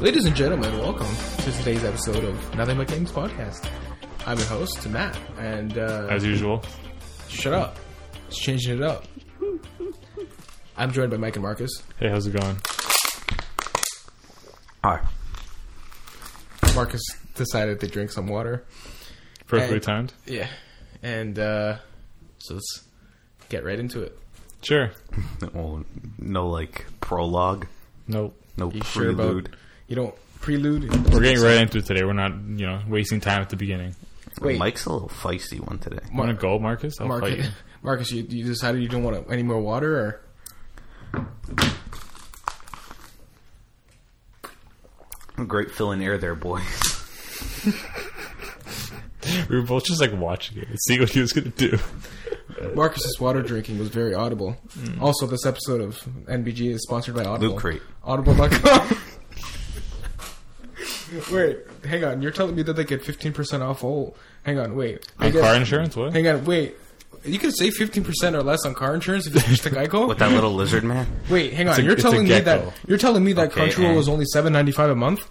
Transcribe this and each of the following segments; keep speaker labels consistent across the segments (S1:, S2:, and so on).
S1: Ladies and gentlemen, welcome to today's episode of Nothing But Games podcast. I'm your host, Matt, and uh,
S2: as usual.
S1: shut up. It's changing it up. I'm joined by Mike and Marcus.
S2: Hey, how's it going?
S3: Hi.
S1: Marcus decided to drink some water.
S2: Perfectly
S1: Hey.
S2: timed.
S1: Yeah. And uh, so let's get right into it.
S2: Sure.
S3: Well, no, like prologue,
S2: Nope.
S3: no
S1: You sure about-
S3: prelude.
S1: You don't prelude?
S2: We're getting right into it today. We're not, you know, wasting time at the beginning.
S1: Wait.
S3: Mike's a little feisty one today.
S1: Mar-
S2: Want to go, Marcus? I'll fight
S1: Marcus,
S2: you.
S1: Marcus you, you decided you don't want any more water, or
S3: Great fill in air there, boys.
S2: We were both just like watching it, see what he was gonna do.
S1: Marcus's water drinking was very audible.
S2: Mm.
S1: Also, this episode of NBG is sponsored by Audible.
S3: Loot Crate.
S1: Audible.com. wait, hang on. You're telling me that they get 15% off all. Hang on, wait. They
S2: On
S1: get-
S2: car insurance? What?
S1: Hang on, wait. You can save 15% or less on car insurance if you switch to Geico?
S3: With that little lizard man?
S1: wait, hang on.
S2: a-
S1: you're
S2: it's a
S1: telling me
S2: gecko.
S1: that you're telling me that
S3: Okay,
S1: Crunchyroll
S3: and-
S1: is only 7.95 a month?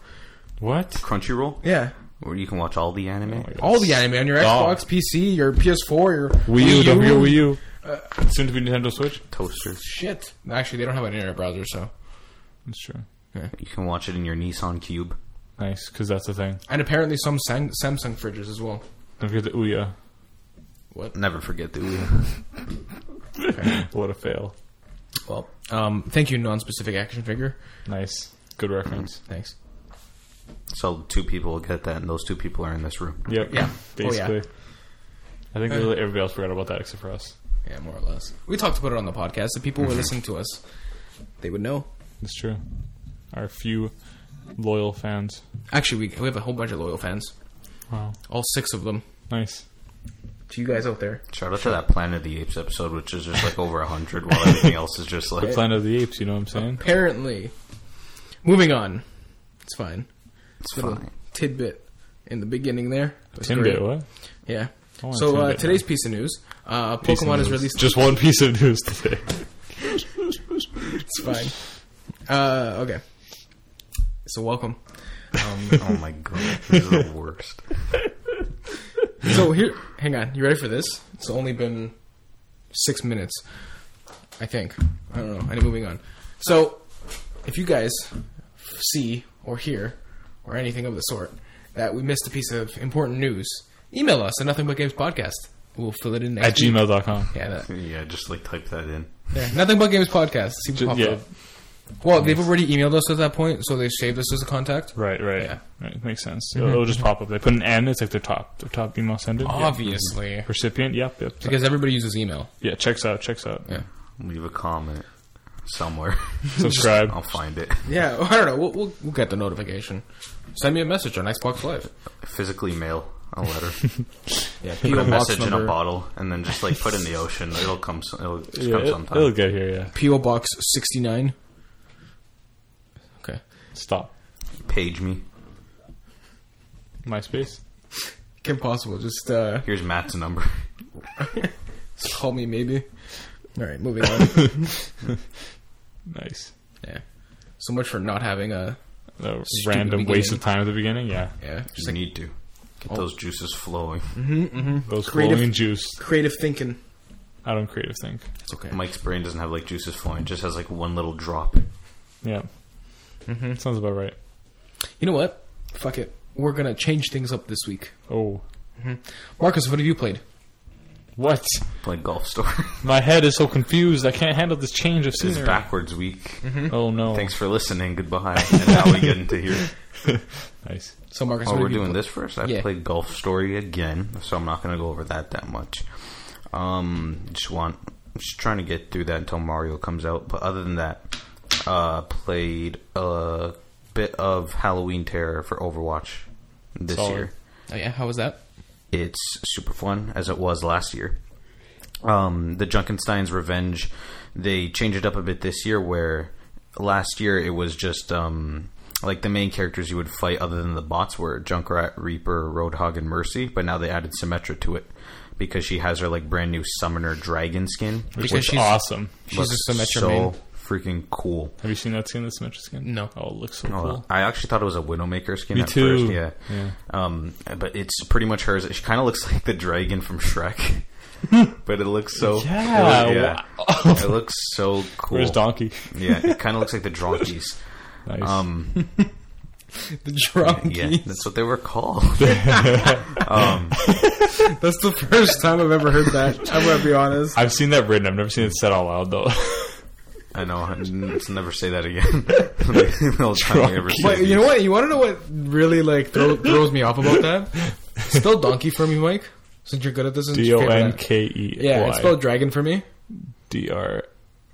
S2: What?
S3: Crunchyroll?
S1: Yeah.
S3: Where you can watch all the
S1: Oh
S3: anime?
S1: All the anime on your Xbox, PC, your PS4, your
S2: Wii U, E. don't forget
S1: Wii
S2: Wii U. Soon to be Nintendo Switch.
S3: Toasters.
S1: Shit. Actually, they don't have an internet browser, so.
S2: That's true.
S3: You can watch it in your Nissan Cube.
S2: Nice, because that's the thing.
S1: And apparently some Sam- Samsung fridges as well.
S2: Don't forget the Ouya.
S1: What?
S3: Never forget the Ouya.
S2: What a fail.
S1: Well, um, thank you, non-specific action figure.
S2: Nice. Good reference.
S1: Thanks.
S3: So two people will get that, and those two people are in this room.
S2: Yep.
S1: Yeah. Oh, yeah.
S2: Basically. I think literally everybody else forgot about that except for us.
S1: Yeah, more or less. We talked about it on the podcast. If people were listening to us, Mm-hmm. they would know.
S2: That's true. Our few loyal fans.
S1: Actually, we, we have a whole bunch of loyal fans.
S2: Wow.
S1: All six of them.
S2: Nice.
S1: To you guys out there.
S3: Shout out to that Planet of the Apes episode, which is just like over a hundred, while everything else is just like
S2: Planet of the Apes, you know what I'm saying?
S1: Apparently. Moving on. It's fine.
S3: it's
S1: Little
S3: fine.
S1: tidbit in the beginning there. It was
S2: Timbit,
S1: great.
S2: what?
S1: Yeah.
S2: I want a
S1: So uh,
S2: Timbit.
S1: today's piece of news. Uh,
S2: Piece of
S1: Pokemon has
S2: news.
S1: released
S2: Just one piece of news today.
S1: It's fine. Uh, okay. So welcome.
S3: Oh my god, this is the worst.
S1: So here, hang on. You ready for this? It's only been six minutes, I think. I don't know. Anyway, moving on. So, if you guys see or hear or anything of the sort that we missed a piece of important news, email us at Nothing But Games Podcast. We'll fill it in next
S2: At
S1: week.
S2: gmail.com.
S1: Yeah, that,
S3: Yeah, just like type that in.
S1: yeah, Nothing But Games Podcast. See what
S2: Ju-
S1: pops
S2: yeah.
S1: up. Well, they've already emailed us at that point, so they saved us as a contact.
S2: Right, right.
S1: Yeah. Mm-hmm.
S2: Right, makes sense. It'll, it'll just pop up. They put an N, it's like their top, their top email sender.
S1: Oh.
S2: Yep.
S1: Obviously,
S2: Recipient, yep, yep.
S1: because everybody uses email.
S2: yeah, checks out, checks out.
S1: Yeah.
S3: Leave a comment somewhere.
S2: Subscribe.
S3: I'll find it.
S1: Yeah, I don't know. We'll, we'll, we'll get the notification. Send me a message on Xbox Live.
S3: Physically mail a letter,
S1: Yeah,
S3: put
S1: PO Box
S3: a message in a
S1: number
S3: bottle, and then just like put in the ocean. It'll come. so- It'll just
S2: yeah,
S3: come
S2: it,
S3: sometime.
S2: will get here, yeah.
S1: PO Box sixty nine. Okay,
S2: Stop.
S3: Page me.
S2: MySpace?
S1: Kim Possible, just uh,
S3: Here's Matt's number.
S1: just call me maybe. All right, moving on.
S2: Nice.
S1: yeah, so much for not having a
S2: That
S1: Stupid
S2: random waste
S1: beginning.
S2: of time at the beginning, yeah.
S1: yeah, just
S3: You
S1: like
S3: need to get those juices flowing.
S2: Those
S1: Creative-
S2: flowing juice.
S1: creative thinking.
S2: I don't creative think.
S1: It's okay.
S3: Mike's brain doesn't have like juices flowing; it just has like one little drop.
S2: Yeah.
S1: Mm-hmm.
S2: Sounds about right.
S1: You know what? Fuck it. We're gonna change things up this week.
S2: Oh.
S1: Marcus, what have you played?
S2: What?
S3: Like golf store.
S2: My head is so confused. I can't handle this change of
S3: it's
S2: scenery.
S3: backwards week.
S2: Oh no.
S3: Thanks for listening. Goodbye. And now we get into here.
S2: Nice.
S1: So Marcus,
S3: Oh,
S1: what
S3: we're
S1: have you
S3: doing
S1: played?
S3: this first. I
S1: Yeah.
S3: played Golf Story again, so I'm not going to go over that that much. Um, just want just trying to get through that until Mario comes out. But other than that, uh, played a bit of Halloween Terror for Overwatch this
S2: Solid.
S3: year.
S1: Oh yeah, how was that?
S3: It's super fun as it was last year. Um, the Junkenstein's Revenge, they changed it up a bit this year. Where last year it was just um, like the main characters you would fight, other than the bots, were Junkrat, Reaper, Roadhog, and Mercy. But now they added Symmetra to it because she has her like brand new Summoner Dragon skin,
S2: Which
S1: Because
S2: is
S1: she's-
S2: awesome.
S1: She's just a Metro
S3: so
S1: main.
S3: freaking cool.
S2: Have you seen that skin, the Symmetra skin?
S1: No.
S2: Oh, it looks so
S3: Oh,
S2: cool.
S3: I actually thought it was a Widowmaker skin
S2: Me
S3: at
S2: too.
S3: first. Yeah.
S2: Yeah.
S3: Um, but it's pretty much hers. She kind of looks like the dragon from Shrek, but it looks so
S2: Yeah,
S3: It, yeah. it looks so cool.
S2: Where's Donkey?
S3: yeah, it kind of looks like the Dronkies.
S2: Nice.
S3: Um,
S1: The drunk.
S3: yeah, that's what they were called.
S1: That's the first time I've ever heard that. I'm gonna be honest.
S2: I've seen that written. I've never seen it said out loud though.
S3: I know. Let's never say that again. the whole time we ever say
S1: But
S3: it.
S1: you know what? You want to know what really like throw, throws me off about that? Spell donkey for me, Mike. Since you're good at this. and
S2: D
S1: you're
S2: O
S1: good at
S2: N
S1: that.
S2: K E
S1: Yeah, it's
S2: Y
S1: spelled dragon for me.
S2: D R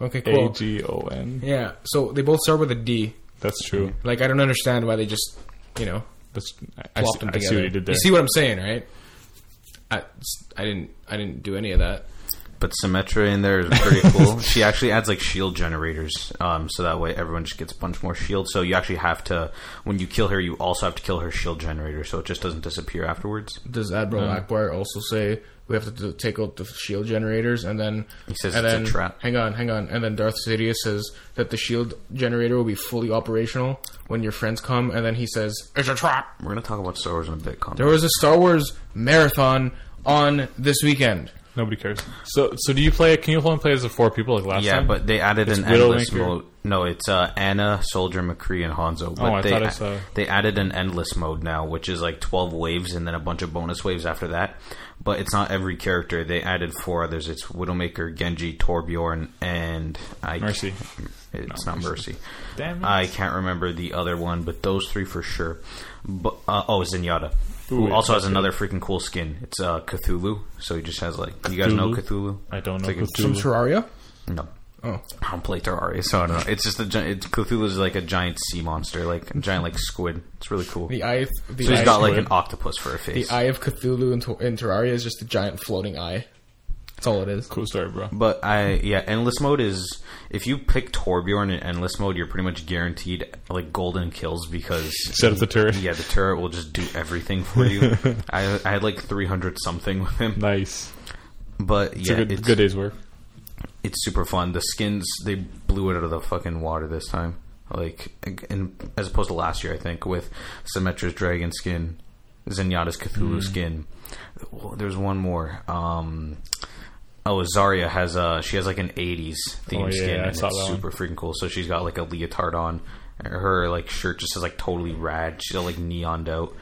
S1: Okay, cool.
S2: A G O N.
S1: Yeah, so they both start with a D.
S2: That's true.
S1: Like I don't understand why they just, you know,
S2: That's I- I,
S1: plopped
S2: see,
S1: them
S2: I
S1: together.
S2: see what he did there.
S1: You see what I'm saying, right? I, I didn't I didn't do any of that.
S3: But Symmetra in there is pretty cool. she actually adds like shield generators, um, so that way everyone just gets a bunch more shield. So you actually have to, when you kill her, you also have to kill her shield generator, so it just doesn't disappear afterwards.
S1: Does Admiral
S3: Uh-huh.
S1: Akbar also say we have to do- take out the shield generators and then
S3: He says
S1: and
S3: it's a
S1: then,
S3: trap.
S1: Hang on, hang on, and then Darth Sidious says that the shield generator will be fully operational when your friends come, and then he says it's a trap.
S3: We're gonna talk about Star Wars in a bit. Connor.
S1: There was a Star Wars marathon on this weekend.
S2: Nobody cares. So so do you play? Can you only play as a four people like last
S3: yeah,
S2: time?
S3: but they added an
S2: Widowmaker. Oh,
S3: endless mode. No, it's uh, Anna, Soldier, McCree, and Hanzo. But
S2: I
S3: they,
S2: thought I saw-
S3: they added an endless mode now, which is like twelve waves and then a bunch of bonus waves after that. But it's not every character. They added four others. It's Widowmaker, Genji, Torbjorn, and I
S2: Mercy.
S3: It's
S2: No,
S3: not Mercy.
S2: Damn it.
S3: I can't remember the other one, but those three for sure. But uh, oh, Zenyatta,
S2: Ooh,
S3: who
S2: yeah,
S3: also has
S2: that's
S3: another freaking cool skin. It's uh, Cthulhu. So he just has like you guys know Cthulhu.
S2: I don't know
S3: It's like a-
S1: From
S2: Cthulhu.
S1: Terraria.
S3: no.
S1: Oh,
S3: I don't play Terraria, so I don't know. It's just a gi- it's Cthulhu's like a giant sea monster, like a giant like squid. It's really cool.
S1: the eye. Of, the
S3: so
S1: eye
S3: he's got
S1: of-
S3: like
S2: squid.
S3: an octopus for a face.
S1: the eye of Cthulhu in, Ter- in Terraria is just a giant floating eye. That's all it is.
S2: Cool story, bro.
S3: But I yeah, endless mode is if you pick Torbjorn in endless mode, you're pretty much guaranteed like golden kills because
S2: Set up the turret.
S3: yeah, the turret will just do everything for you. I, I had like 300 something with him,
S2: Nice.
S3: but
S2: It's
S3: yeah,
S2: a good,
S3: it's,
S2: good day's work.
S3: it's super fun. The skins they blew it out of the fucking water this time. Like, in, as opposed to last year, I think with Symmetra's dragon skin, Zenyatta's Cthulhu skin. Well, there's one more. Um, oh, Zarya has a she has like an '80s theme
S2: Oh, yeah,
S3: skin,
S2: I
S3: and it's
S2: saw that one.
S3: super freaking cool. So she's got like a leotard on. Her like shirt just is like totally rad. She's all, like neoned out.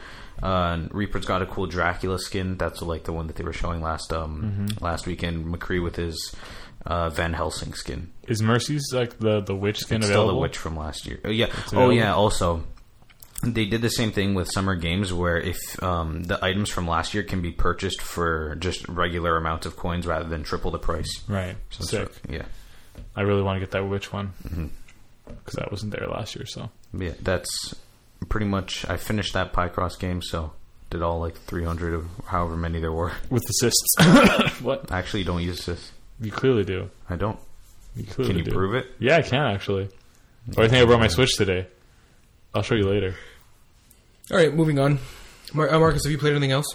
S3: Uh, and Reaper's got a cool Dracula skin. That's like the one that they were showing last um
S2: Mm-hmm.
S3: last weekend. McCree with his uh, Van Helsing skin.
S2: Is Mercy's like the the witch skin
S3: It's
S2: available?
S3: Still the witch from last year. Oh, yeah. Oh
S2: available.
S3: yeah. Also, they did the same thing with summer games where if um, the items from last year can be purchased for just regular amounts of coins rather than triple the price.
S2: Right.
S3: So it's
S2: Sick.
S3: like- yeah.
S2: I really want to get that witch one because
S3: Mm-hmm.
S2: that wasn't there last year. So
S3: Yeah. That's pretty much. I finished that Pycross game, so did all like 300 of however many there were.
S2: with assists, what
S3: I actually don't use this.
S2: you clearly do.
S3: I don't.
S2: You clearly
S3: Can you
S2: do.
S3: prove it?
S2: Yeah, I can actually. Or I think I brought my Switch today. I'll show you later.
S1: All right, moving on. Mar- uh, Marcus, have you played anything else?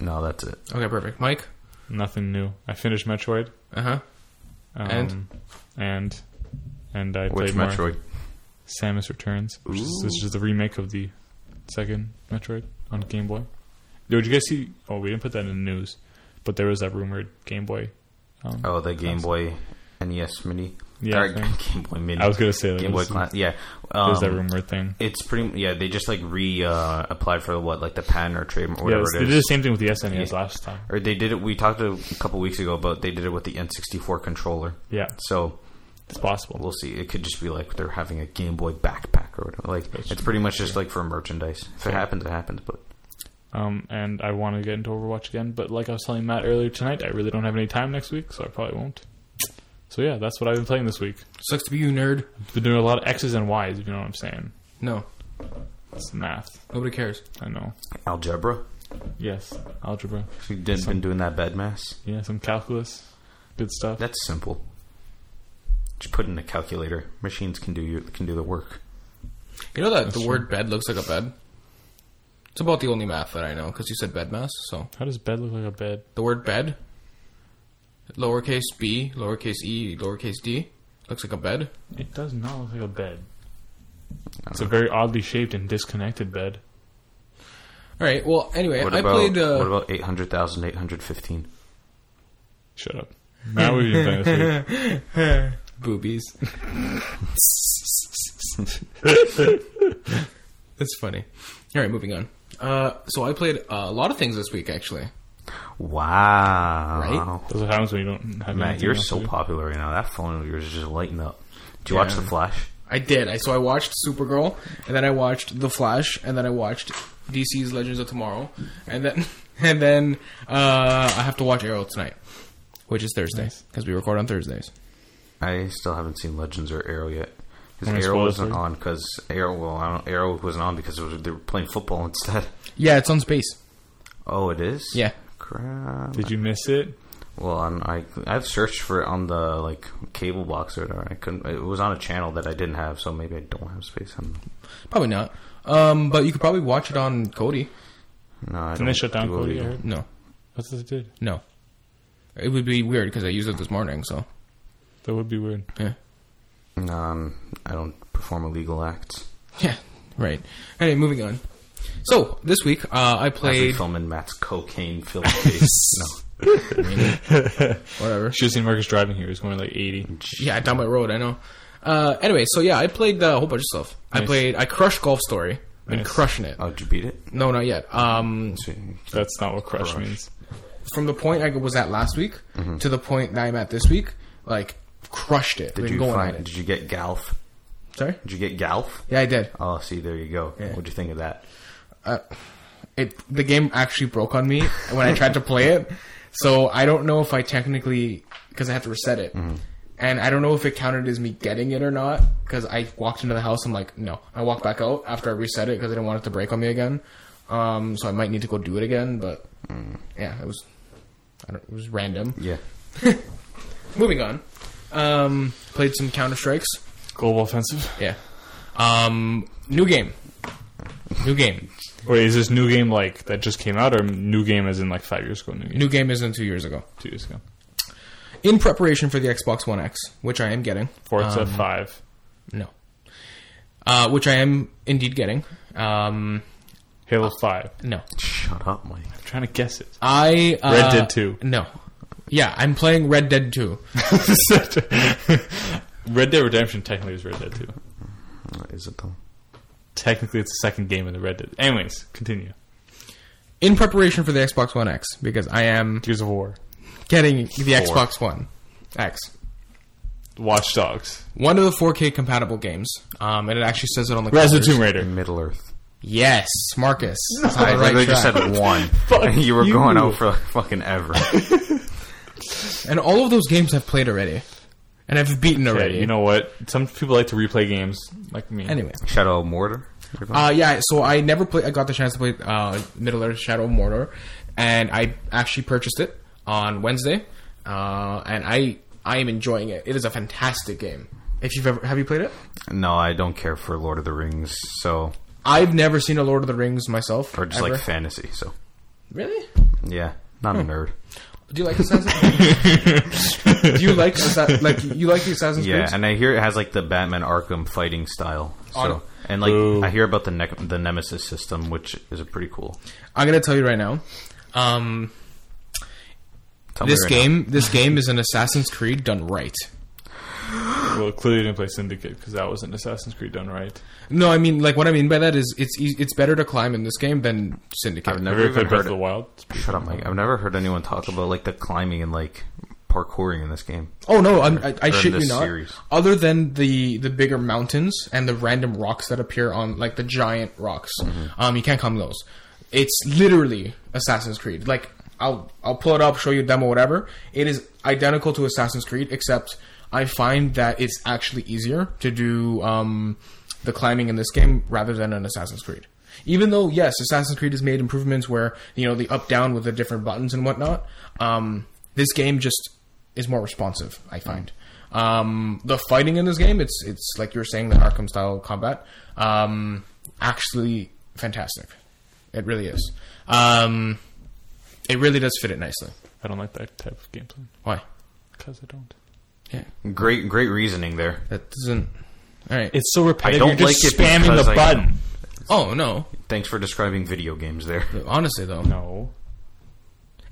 S3: No, that's it.
S1: Okay, perfect. Mike.
S2: Nothing new. I finished Metroid.
S1: Uh huh.
S2: Um,
S1: And?
S2: and and I
S3: Which
S2: played more
S3: Metroid?
S2: Samus Returns, which is, this is the remake of the second Metroid on Game Boy. Did you guys see? Oh, we didn't put that in the news, but there was that rumored Game Boy. Um,
S3: Oh, the Game Boy NES Mini.
S2: Yeah,
S3: Or
S2: I think.
S3: Game Boy Mini.
S2: I was gonna say that
S3: Game Boy
S2: was-
S3: Class. Yeah.
S2: there was that
S3: Um,
S2: rumored thing.
S3: It's pretty. Yeah, they just like re uh, applied for what like the patent or trademark,
S2: Yeah,
S3: whatever
S2: it's-
S3: it
S2: they
S3: is.
S2: did the same thing with the SNES
S3: Yeah.
S2: last time.
S3: or they did it. We talked a couple weeks ago about they did it with the N64 controller.
S2: Yeah,
S3: So
S2: it's possible.
S3: we'll see. It could just be like they're having a Game Boy backpack or whatever. Like
S2: That's
S3: it's pretty much just like for merchandise. If it happens, it happens. But
S2: Um, and I want to get into Overwatch again, but like I was telling Matt earlier tonight, I really don't have any time next week, so I probably won't. So yeah, that's what I've been playing this week.
S1: Sucks to be you, nerd.
S2: I've been doing a lot of X's and Y's, if you know what I'm saying.
S1: No,
S2: It's math.
S1: nobody cares.
S2: I know.
S3: algebra,
S2: Yes, algebra.
S3: you didn't been doing that bed mass.
S2: Yeah, some calculus, good stuff.
S3: That's simple. Just put in a calculator. Machines can do you can do the work.
S1: You know that the
S2: true.
S1: word bed looks like a bed. It's about the only math that I know because you said bed mass. So
S2: How does bed look like a bed?
S1: the word bed, lowercase b, lowercase e, lowercase d, Looks like a bed.
S2: It does not look like a bed. It's
S3: Uh-huh.
S2: a very oddly shaped and disconnected bed.
S1: All right. Well, anyway,
S3: What
S1: I
S3: about
S1: played. Uh,
S3: what about 800,000, 815?
S2: Shut up. Now we've been playing this week.
S1: boobies. That's funny. All right, moving on. Uh, so I played uh, a lot of things this week, actually.
S3: Wow.
S2: Those are times when you don't have
S3: Matt,
S2: anything
S3: you're
S2: else
S3: so
S2: to do.
S3: popular right now. That phone of yours is just lighting up. Did you watch
S1: Yeah.
S3: The Flash?
S1: I did. I so I watched Supergirl, and then I watched The Flash, and then I watched DC's Legends of Tomorrow, and then and then uh, I have to watch Arrow tonight, which is Thursday
S2: Nice.
S1: because we record on Thursdays.
S3: I still haven't seen Legends or Arrow yet.
S2: Wanna
S3: Because Arrow
S2: spoil it
S3: wasn't
S2: for you?
S3: on because Arrow, well, I don't, Arrow wasn't on because it was, they were playing football instead.
S1: Yeah, it's on Space.
S3: Oh, it is.
S1: Yeah.
S3: Crap.
S2: Did you miss it?
S3: Well, I'm, I I've searched for it on the like cable box or whatever. I couldn't. It was on a channel that I didn't have, so maybe I don't have space. I'm,
S1: Probably not. Um, but you could probably watch it on Cody.
S3: no, I
S2: Didn't
S3: don't
S2: they shut down
S3: do what we
S2: Cody? I
S3: do.
S2: heard.
S1: No,
S2: That's what they did.
S1: no. It would be weird because I used it this morning. So
S2: That would be weird.
S1: yeah,
S3: No, I'm, I don't perform illegal acts.
S1: yeah, right. Anyway, moving on. So this week uh, I
S3: I've been
S1: played
S3: filming Matt's cocaine filled face. no,
S1: whatever.
S2: Should have seen Marcus driving here. He's going like 80.
S1: Yeah, down my road, I know. Uh, anyway, so yeah, I played uh, a whole bunch of stuff. I
S2: Nice.
S1: played, I crushed Golf Story. Been
S2: Nice.
S1: crushing it.
S3: oh, did you beat it?
S1: No, not yet. Um,
S2: That's not what crush means.
S1: from the point I was at last week to the point that I'm at this week, like crushed it.
S3: Did
S1: Been
S3: you
S1: going
S3: find?
S1: at it.
S3: Did you get Galf?
S1: Sorry.
S3: Did you get Galf?
S1: Yeah, I did.
S3: Oh, see, there you go. What'd you think of that?
S1: It the game actually broke on me when I tried to play it. So I don't know if I technically because I had to reset it. And I don't know if it counted as me getting it or not because I walked into the house. I'm like, no. I walked back out after I reset it because I didn't want it to break on me again. Um, so I might need to go do it again. But yeah, it was, I don't, it was random.
S3: Yeah.
S1: Moving on. Um, played some Counter Strikes.
S2: Global offensive.
S1: Yeah. Um, new game. New game.
S2: Wait, is this new game like that just came out, or new game as in like five years ago? New game,
S1: New game isn't two years ago.
S2: two years ago.
S1: in preparation for the Xbox One X, which I am getting.
S2: Forza five.
S1: No. Uh, which I am indeed getting. Um,
S2: Halo five.
S1: no.
S3: Shut up, Mike.
S2: I'm trying to guess it.
S1: I uh,
S2: Red Dead 2.
S1: No. Yeah, I'm playing Red Dead 2.
S2: Such a- Red Dead Redemption technically is Red Dead two.
S3: What Is it though?
S2: Technically, it's the second game in the Red Dead. Anyways, continue.
S1: In preparation for the Xbox One X, because I am
S2: Gears of War,
S1: getting the
S3: Four.
S1: Xbox One X.
S2: Watch Dogs,
S1: One of the 4K compatible games. Um, and it actually says it on the
S2: Rise of
S1: covers.
S2: the Tomb Raider.
S3: Middle Earth.
S1: Yes, Marcus. That's on
S3: I
S1: the right
S3: literally
S1: track.
S3: just said one.
S2: Fuck
S3: you were going
S2: you.
S3: out for like, fucking ever.
S1: and all of those games I've played already. And I've beaten
S2: Yeah,
S1: already.
S2: you know what? Some people like to replay games, like me.
S1: Anyway.
S3: Shadow of Mortar.
S1: Uh, yeah, so I never play. I got the chance to play uh, Middle Earth Shadow of Mordor, and I actually purchased it on Wednesday, uh, and I I am enjoying it. It is a fantastic game. If you've ever have you played it?
S3: no, I don't care for Lord of the Rings. So
S1: I've never seen a Lord of the Rings myself.
S3: or just
S1: ever. Hmm.
S3: like fantasy. So
S1: really?
S3: yeah, not a nerd.
S1: Do you like Assassin's? Do you like Assa- like you like the Assassin's
S3: Yeah,
S1: Creed?
S3: and I hear it has like the Batman Arkham fighting style. So
S1: On-
S3: and like
S2: Boo.
S3: I hear about the ne- the Nemesis system, which is pretty cool.
S1: I'm gonna tell you right now. Um,
S3: Tell me
S1: this
S3: right now.
S1: game this game is an Assassin's Creed done right.
S2: well, clearly you didn't play Syndicate because that wasn't Assassin's Creed done right.
S1: No, I mean like what I mean by that is it's eas- it's better to climb in this game than Syndicate.
S3: I've
S2: Have
S3: never
S2: you ever
S3: even
S2: played Breath
S3: heard.
S2: of the Wild?
S3: shut up, Mike. I've never heard anyone talk about like the climbing and like parkouring in this game.
S1: Oh no, I'm, I, I
S3: in
S1: shit you
S3: this
S1: not.
S3: series.
S1: Other than the the bigger mountains and the random rocks that appear on like the giant rocks, um, you can't climb those. It's literally Assassin's Creed. Like I'll I'll pull it up, show you a demo, whatever. It is identical to Assassin's Creed, except I find that it's actually easier to do um, the climbing in this game rather than an Assassin's Creed. Even though yes, Assassin's Creed has made improvements where you know the up down with the different buttons and whatnot. Um, this game just is more responsive. I find um, the fighting in this game. It's it's like you were saying the Arkham style combat. Um, actually, fantastic. It really is. Um, it really does fit it nicely.
S2: I don't like that type of gameplay
S1: Why?
S2: because I don't.
S1: Yeah.
S3: Great, great reasoning there.
S1: That doesn't. All right.
S2: It's so repetitive.
S3: I don't
S2: You're just
S3: like it
S2: spamming
S3: because
S2: the
S3: I-
S2: button.
S1: oh no.
S3: Thanks for describing video games there.
S1: Honestly though,
S2: No.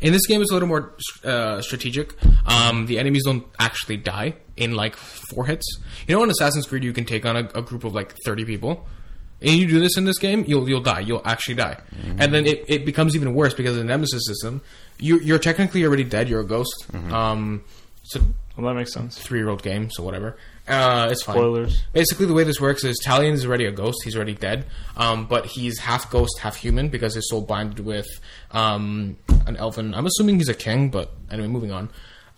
S1: in this game it's a little more uh, strategic. Um, the enemies don't actually die in like four hits. You know, in Assassin's Creed you can take on a, a group of like thirty people. And you do this in this game, you'll you'll die. You'll actually die, and then it, it becomes even worse because of the nemesis system. You, you're technically already dead. You're a ghost. Um, it's a
S2: Well, that makes sense.
S1: three year old game, so whatever. Uh, it's fine.
S2: Spoilers.
S1: Basically, the way this works is Talion is already a ghost. He's already dead. Um, but he's half ghost, half human because his soul bonded with um, an elfin. I'm assuming he's a king, but anyway, moving on.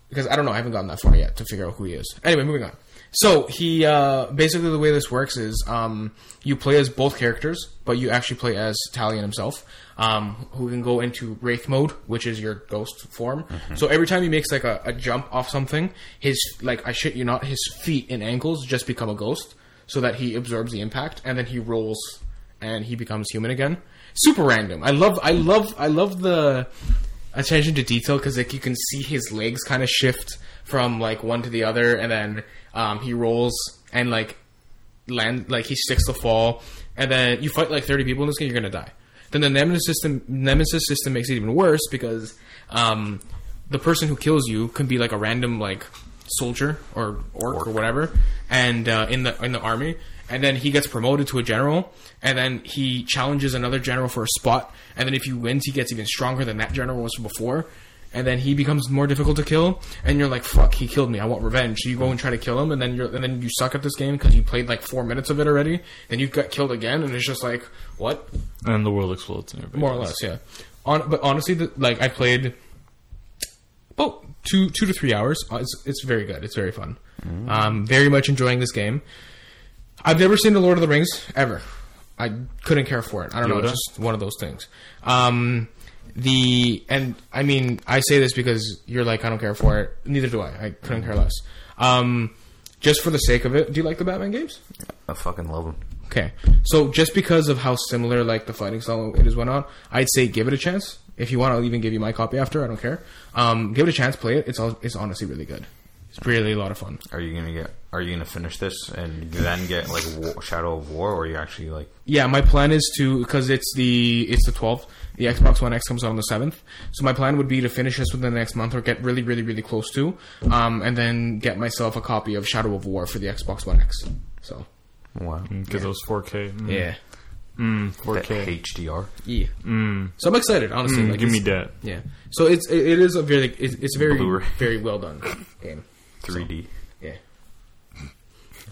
S1: Because I don't know. I haven't gotten that far yet to figure out who he is. Anyway, moving on. So he uh, basically the way this works is um, you play as both characters, but you actually play as Talion himself, um, who can go into wraith mode, which is your ghost form. So every time he makes like a, a jump off something, his like I shit you not, his feet and ankles just become a ghost, so that he absorbs the impact, and then he rolls and he becomes human again. Super random. I love. I love. I love the attention to detail because like you can see his legs kind of shift from like one to the other, and then um, he rolls and like land like he sticks the fall, and then you fight like thirty people in this game, you're gonna die. Then the nemesis system nemesis system makes it even worse because um, the person who kills you can be like a random like soldier or orc, or whatever, and uh, in the in the army. And then he gets promoted to a general, and then he challenges another general for a spot. And then if he wins, he gets even stronger than that general was before and then he becomes more difficult to kill, and you're like, "Fuck, he killed me. I want revenge." So you go and try to kill him, and then you're, and then you suck at this game because you played like four minutes of it already, and you got killed again, and it's just like, "What?"
S2: And the world explodes. And everybody
S1: More or
S2: dies.
S1: less, yeah. On, but honestly, the, like I played about two two to three hours. Uh, It's it's very good. It's very fun. Um, very much enjoying this game. I've never seen the Lord of the Rings ever. I couldn't care for it. I don't know.
S2: Yoda?
S1: It's just one of those things. Um, the and I mean I say this because you're like I don't care for it. Neither do I. I couldn't care less. Um, just for the sake of it, do you like the Batman games?
S3: I fucking love them.
S1: Okay. So just because of how similar like the fighting style it is went on, I'd say give it a chance. If you want, I'll even give you my copy after. I don't care. Um, give it a chance. Play it. It's all, it's honestly really good. It's really a lot of fun.
S3: Are you gonna get? Are you gonna finish this and then get like war, Shadow of War, or are you actually like?
S1: Yeah, my plan is to because it's the it's the twelfth. The Xbox One X comes out on the seventh. So my plan would be to finish this within the next month or get really, really, really close to, um, and then get myself a copy of Shadow of War for the Xbox One X. So
S3: Wow.
S2: Because it was 4K. Mm, Mm,
S3: That
S2: 4K.
S3: HDR.
S1: yeah. So I'm excited, honestly.
S2: Mm,
S1: like,
S2: give me
S1: it's-
S2: that.
S1: Yeah. So it's it, it is a very it's, it's very
S3: Blu-ray.
S1: very well done game.
S3: 3D.
S1: Yeah.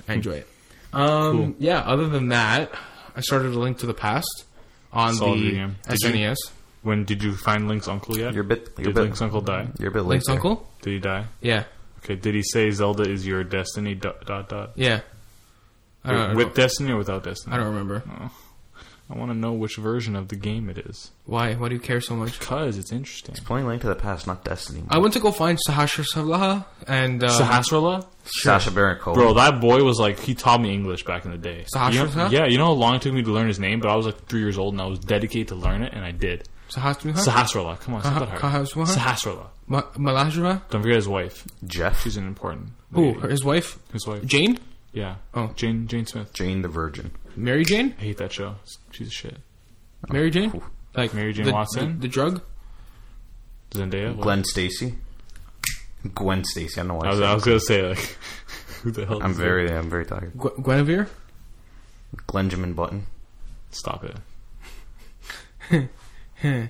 S1: I enjoy it. Um yeah, other than that, I started a link to the past on
S2: Solid
S1: the E
S2: video game. Did you-
S1: SNES.
S2: When did you find Link's uncle yet?
S3: You're a bit. You're a
S2: did
S3: bit.
S2: Link's uncle die?
S3: You're a bit late
S1: Link's
S3: there.
S1: uncle?
S2: Did he die?
S1: Yeah.
S2: Okay. Did he say Zelda is your destiny? Dot dot dot.
S1: Yeah. I don't,
S2: With destiny or without destiny?
S1: I don't remember.
S2: I want to know which version of the game it is.
S1: Why? Why do you care so much?
S2: Cause it's interesting.
S3: Playing Link to the Past, not Destiny.
S2: Oh,
S1: I went to go find Sahasra Salaha and uh,
S2: Sahasrara?
S3: Sasha Baron Cohen.
S2: Bro, that boy was like he taught me English back in the day.
S1: Sahasrara?
S2: You know- yeah, you know how long it took me to learn his name, but I was like three years old and I was dedicated to learn it, and I did.
S1: Sahasra
S2: Sahasrara, come on, it's not that hard.
S1: Sahasra-
S2: Sahasrara.
S1: Ma- Malajra?
S2: Don't forget his wife.
S3: Jeff.
S2: She's an important.
S1: Who?
S2: lady.
S1: His wife?
S2: His wife.
S1: Jane?
S2: yeah.
S1: Oh.
S2: Jane Jane Smith.
S3: Jane the Virgin.
S1: Mary Jane?
S2: I hate that show. She's a shit.
S1: Mary Jane? Like
S2: Mary Jane
S1: the-
S2: Watson?
S1: The, the drug?
S2: Zendaya. what?
S3: Glenn Stacy. Gwen Stacy. I don't know why.
S2: I
S3: I
S2: was,
S3: said
S2: I was gonna say like, who the hell?
S3: I'm
S2: is
S3: very. I'm very tired.
S1: Gu- Guinevere?
S3: Glenjamin Button.
S2: that? Stop it.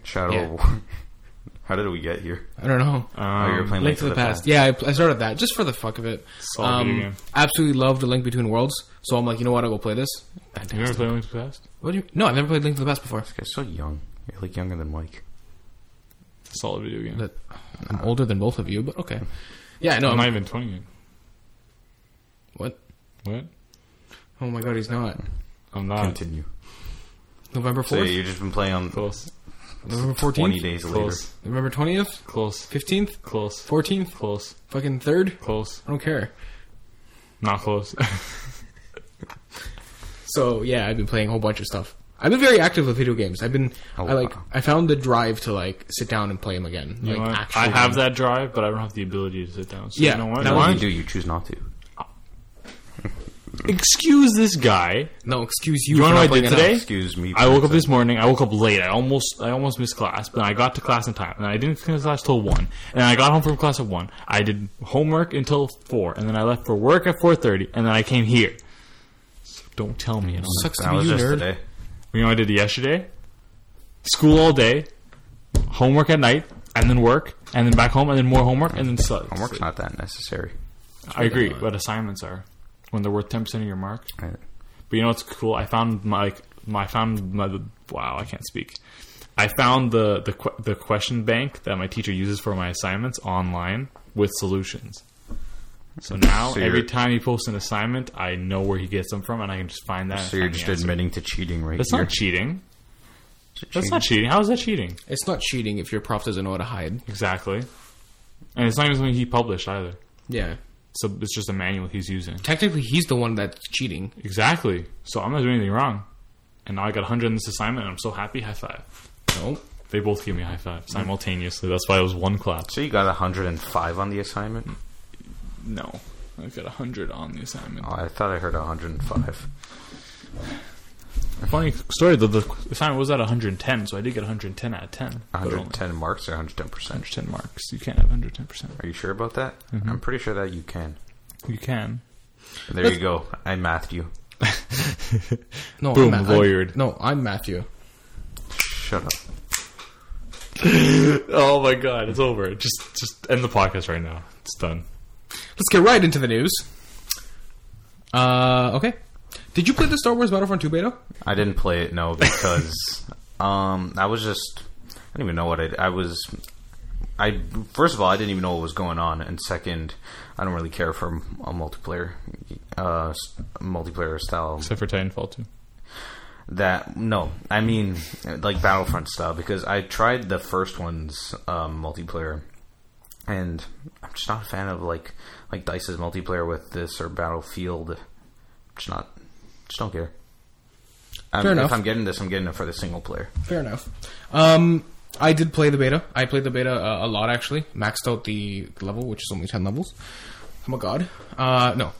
S3: Shadow
S1: Yeah.
S3: of War. How did we get here?
S1: I don't know.
S2: Um,
S3: oh, you were playing
S1: Link to the, past. Yeah, I, pl- I started that just for the fuck of it.
S2: Solid
S1: Um,
S2: video game.
S1: Absolutely loved the Link Between Worlds, so I'm like, you know what? I'll go play this.
S2: You ever played Link to the Past?
S1: What do you? No, I've never played Link to the Past before.
S3: This guy's so young. You're like younger than Mike.
S2: Solid video game.
S1: That- I'm older than both of you, but okay. Yeah, no.
S2: I'm not
S1: I'm,
S2: even 20 yet.
S1: what?
S2: What?
S1: Oh my god, he's not.
S2: I'm not.
S3: Continue.
S1: November
S3: So yeah,
S1: fourth,
S3: you've just been playing on
S2: Close.
S1: November
S3: 20
S1: fourteenth,
S3: days later.
S2: Close.
S1: November twentieth,
S2: Close.
S1: fifteenth,
S2: Close.
S1: fourteenth,
S2: Close.
S1: fucking third.
S2: Close.
S1: I don't care.
S2: Not close.
S1: So yeah, I've been playing a whole bunch of stuff. I've been very active with video games. I've been
S3: Oh,
S1: I like
S3: wow.
S1: I found the drive to like sit down and play them again.
S2: You
S1: like
S2: know what?
S1: actually,
S2: I have that drive, but I don't have the ability to sit down. So
S1: Yeah.
S2: you know what?
S1: Now
S3: Now
S2: Why
S3: when you
S2: don't
S3: do, you choose not to.
S2: you- Excuse this guy.
S1: No excuse you. for
S2: You wanna
S1: not
S2: know what I
S1: playing
S2: did
S1: it up.
S2: today?
S3: Excuse me.
S2: I woke up this morning. I woke up late. I almost I almost missed class, but I got to class in time, and I didn't finish class till one. And I got home from class at one. I did homework until four, and then I left for work at four thirty, and then I came here. So don't tell me. You know,
S1: Sucks to
S3: That
S1: be
S3: was
S1: you,
S3: just
S1: nerd.
S3: today.
S2: you know what I did yesterday? School all day, homework at night, and then work, and then back home, and then more homework, and then sleep.
S3: Homework's not that necessary.
S2: I agree, but assignments are when they're worth ten percent of your mark.
S3: I-
S2: But you know what's cool? I found my like my I found my wow I can't speak. I found the the que- the question bank that my teacher uses for my assignments online with solutions. So now
S3: So you're-
S2: every time he posts an assignment, I know where he gets them from, and I can just find that. and
S3: So you're
S2: find the
S3: just
S2: answer.
S3: admitting to cheating right
S2: That's
S3: here.
S2: not cheating.
S3: Cheating.
S2: That's not cheating. How is that cheating?
S1: It's not cheating if your prof doesn't know how to hide.
S2: Exactly. And it's not even something he published either.
S1: Yeah.
S2: So it's just a manual he's using.
S1: Technically, he's the one that's cheating.
S2: Exactly. So I'm not doing anything wrong. And now I got 100 in this assignment, and I'm so happy. High five.
S1: No.
S2: They both gave me a high five simultaneously. That's why it was one clap.
S3: So you got 105 on the assignment?
S2: No. I got 100 on the assignment.
S3: Oh, I thought I heard 105.
S2: Uh, Funny story, though, the assignment was at 110, so I did get 110 out of 10. but only
S3: 110 marks or 110 percent.
S2: 110 marks. You can't have 110%.
S3: Are you sure about that? I'm pretty sure that you can.
S2: You can.
S3: There you go. I mathed you.
S1: No.
S2: Boom,
S1: I'm, Ma-
S2: lawyered.
S1: I'm, no, I'm Matthew.
S3: Shut up.
S2: Oh my god, it's over. Just just end the podcast right now. It's done.
S1: Let's get right into the news. Uh, okay. Did you play the Star Wars Battlefront 2 beta?
S3: I didn't play it no because um I was just I didn't even know what I I was I first of all I didn't even know what was going on and second I don't really care for a multiplayer uh s- multiplayer style
S2: Except for Titanfall 2.
S3: that no I mean like Battlefront style because I tried the first one's um, multiplayer and I'm just not a fan of like like Dice's multiplayer with this or Battlefield just not just don't care. I'm,
S1: Fair enough.
S3: If I'm getting this, I'm getting it for the single player.
S1: Fair enough. Um, I did play the beta. I played the beta uh, a lot actually. Maxed out the level, which is only ten levels. Oh my god. Uh, no,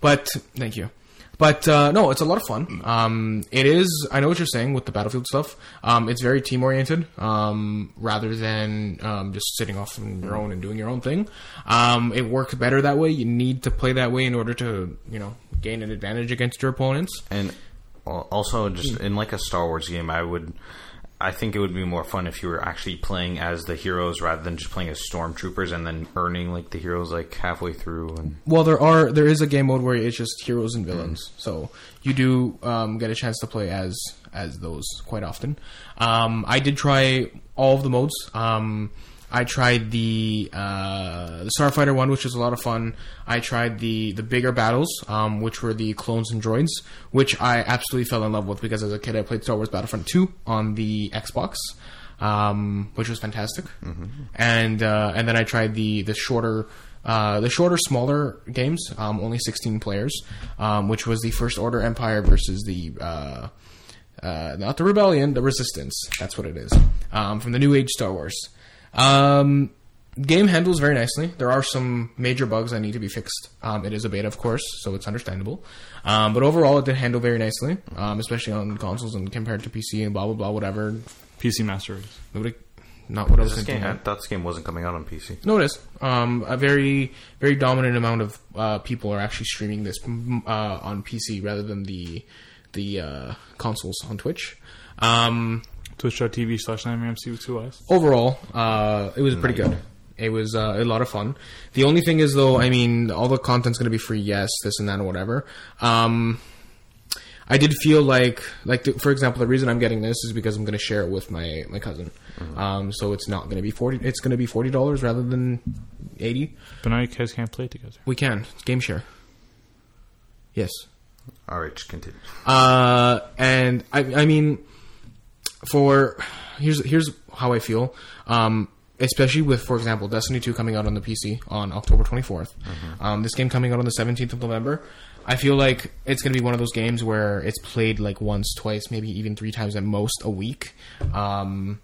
S1: but thank you. But uh, no, it's a lot of fun. Um, it is. I know what you're saying with the battlefield stuff. Um, it's very team oriented, um, rather than um, just sitting off on your own and doing your own thing. Um, it works better that way. You need to play that way in order to, you know, gain an advantage against your opponents.
S3: And al- also, just
S1: Hmm.
S3: in like a Star Wars game, I would, I think it would be more fun if you were actually playing as the heroes rather than just playing as stormtroopers and then earning like the heroes like halfway through. And
S1: Well, there are there is a game mode where it's just heroes and villains, so you do um, get a chance to play as as those quite often. Um, I did try all of the modes. Um, I tried the uh, the Starfighter one, which was a lot of fun. I tried the the bigger battles, um, which were the clones and droids, which I absolutely fell in love with because as a kid I played Star Wars Battlefront two on the Xbox um, which was fantastic. And uh, and then I tried the the shorter. Uh, the shorter, smaller games, um, only 16 players, um, which was the First Order Empire versus the uh, uh, not the Rebellion, the Resistance. That's what it is um, from the New Age Star Wars. Um, game handles very nicely. There are some major bugs that need to be fixed. Um, it is a beta, of course, so it's understandable. Um, but overall, it did handle very nicely, um, especially on consoles and compared to PC and blah blah blah, whatever.
S2: PC Master Race.
S1: Nobody, not what I was
S3: this
S1: thinking.
S3: game, I thought this game wasn't coming out on PC.
S1: No, it is. Um, a very, very dominant amount of uh, people are actually streaming this mm, uh, on PC rather than the the uh, consoles on Twitch. Um,
S2: Twitch.tv slash 9MC with two eyes.
S1: overall, uh, it was pretty good. It was uh, a lot of fun. The only thing is, though, I mean, all the content's going to be free. Yes, this and that, and whatever. Um, I did feel like, like the, for example, the reason I'm getting this is because I'm going to share it with my my cousin. Um, so it's not going to be forty. It's going to be forty dollars rather than eighty.
S2: But now you guys can't play together.
S1: We can. It's game share. Yes.
S3: All right, just continue.
S1: Uh, and I, I mean, for here's here's how I feel. Um, especially with, for example, Destiny 2 coming out on the PC on October 24th.
S3: Mm-hmm.
S1: Um, this game coming out on the 17th of November. I feel like it's going to be one of those games where it's played like once, twice, maybe even three times at most a week. Um,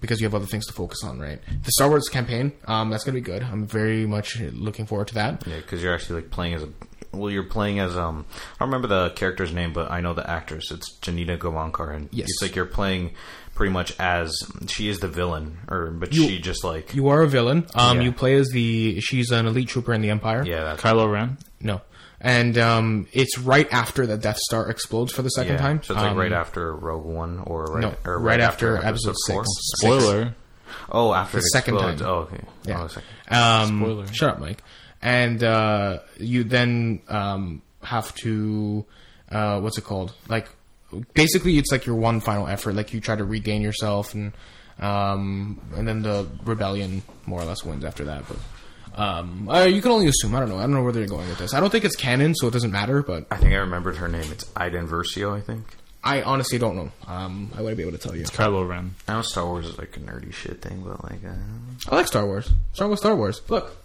S1: because you have other things to focus on, right? The Star Wars campaign, um, that's going to be good. I'm very much looking forward to that.
S3: Yeah, because you're actually like playing as a. Well, you're playing as um. I don't remember the character's name, but I know the actress. It's Janita Gavankar, and
S1: Yes.
S3: it's like you're playing pretty much as she is the villain, or but she just like
S1: You are a villain. Um,
S3: Yeah.
S1: You play as the. She's an elite trooper in the Empire.
S3: yeah, that's,
S2: Kylo Ren.
S1: No. And um, it's right after the Death Star explodes for the second
S3: yeah.
S1: time.
S3: So it's like
S1: Um,
S3: right after Rogue One, or right,
S1: no,
S3: or
S1: right after Episode
S3: four?
S1: six.
S2: Spoiler.
S3: Oh, after the
S1: second time.
S3: Oh, okay.
S1: Yeah.
S3: Oh, second.
S1: Um,
S2: Spoiler.
S1: Shut up, Mike. And uh, you then um, have to uh, what's it called? Like basically, it's like your one final effort. Like you try to regain yourself, and um, and then the rebellion more or less wins after that. But um, uh, you can only assume. I don't know. I don't know where they're going with this. I don't think it's canon, so it doesn't matter. But
S3: I think I remembered her name. It's Iden Versio, I think.
S1: I honestly don't know. Um, I wouldn't be able to tell you.
S2: Kylo Ren.
S3: I know Star Wars is like a nerdy shit thing, but like, uh,
S1: I like Star Wars. Star Wars, Star Wars. Look,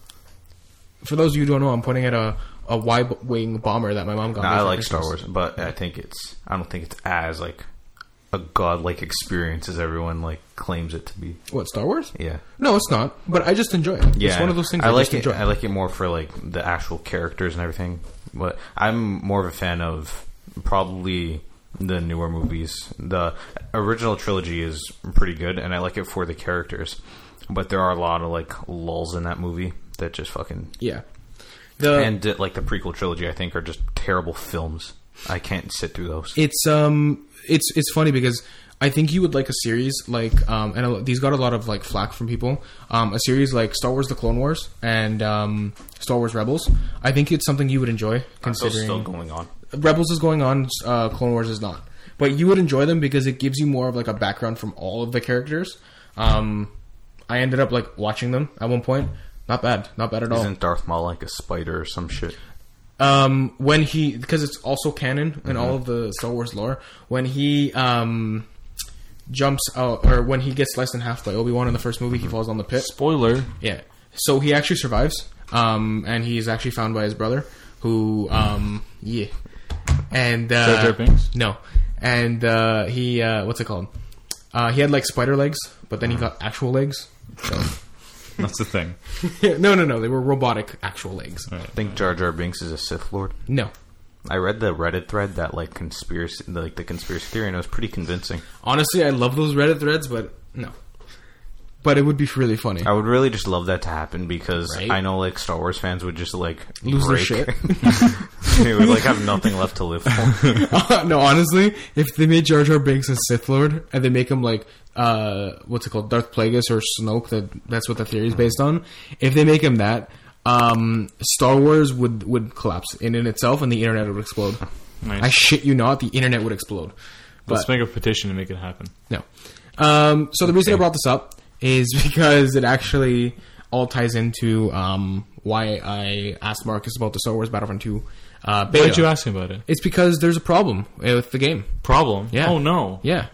S1: for those of you who don't know, I'm pointing at a a Y-wing bomber that my mom got. me
S3: I
S1: for
S3: like
S1: Christmas.
S3: Star Wars, but I think it's. I don't think it's as like a godlike experience as everyone like claims it to be.
S1: What Star Wars?
S3: Yeah,
S1: No, it's not. But I just enjoy it.
S3: yeah.
S1: it's one of those things I,
S3: I like
S1: just
S3: it.
S1: enjoy.
S3: I like it more for like the actual characters and everything. But I'm more of a fan of probably the newer movies. The original trilogy is pretty good, and I like it for the characters. But there are a lot of like lulls in that movie that just fucking
S1: yeah. The
S3: and uh, like the prequel trilogy, I think are just terrible films. I can't sit through those.
S1: it's um it's it's funny because I think you would like a series like um and a, lo- these got a lot of like flack from people um a series like Star Wars: The Clone Wars and um Star Wars Rebels. I think it's something you would enjoy
S3: Still,
S1: considering
S3: still going on.
S1: Rebels is going on, uh, Clone Wars is not. But you would enjoy them because it gives you more of like a background from all of the characters. Um, I ended up like watching them at one point. Not bad, not bad at all.
S3: Isn't Darth Maul like a spider or some shit?
S1: Um, when he because it's also canon in all of the Star Wars lore. When he um jumps out or when he gets sliced in half by Obi Wan in the first movie, he falls on the pit.
S2: Spoiler.
S1: Yeah. So he actually survives, um, and he's actually found by his brother, who, um, yeah, and uh,
S2: Jar Jar Binks?
S1: No, and uh, he, uh, what's it called? Uh, he had like spider legs, but then he got actual legs. So.
S2: That's the thing.
S1: Yeah, no, no, no, they were robotic actual legs.
S3: I think Jar Jar Binks is a Sith Lord.
S1: No,
S3: I read the Reddit thread that like conspiracy, like the conspiracy theory, and it was pretty convincing.
S1: honestly, I love those Reddit threads, but no. But it would be really funny.
S3: I would really just love that to happen because
S1: Right?
S3: I know like Star Wars fans would just like
S1: Lose their
S3: break.
S1: shit.
S3: they would like have nothing left to live for.
S1: no, honestly, if they made Jar Jar Binks a Sith Lord and they make him like uh, what's it called, Darth Plagueis or Snoke, that that's what the theory is based on. If they make him that, um, Star Wars would would collapse in in itself, and the internet would explode.
S2: Nice.
S1: I shit you not, the internet would explode. But
S2: Let's make a petition to make it happen.
S1: no. Um, so the reason I brought this up is because it actually all ties into um, why I asked Marcus about the Star Wars Battlefront Two. Uh,
S2: Why
S1: beta.
S2: did you ask me about it?
S1: It's because there's a problem with the game.
S2: Problem.
S1: Yeah.
S2: Oh no.
S1: Yeah.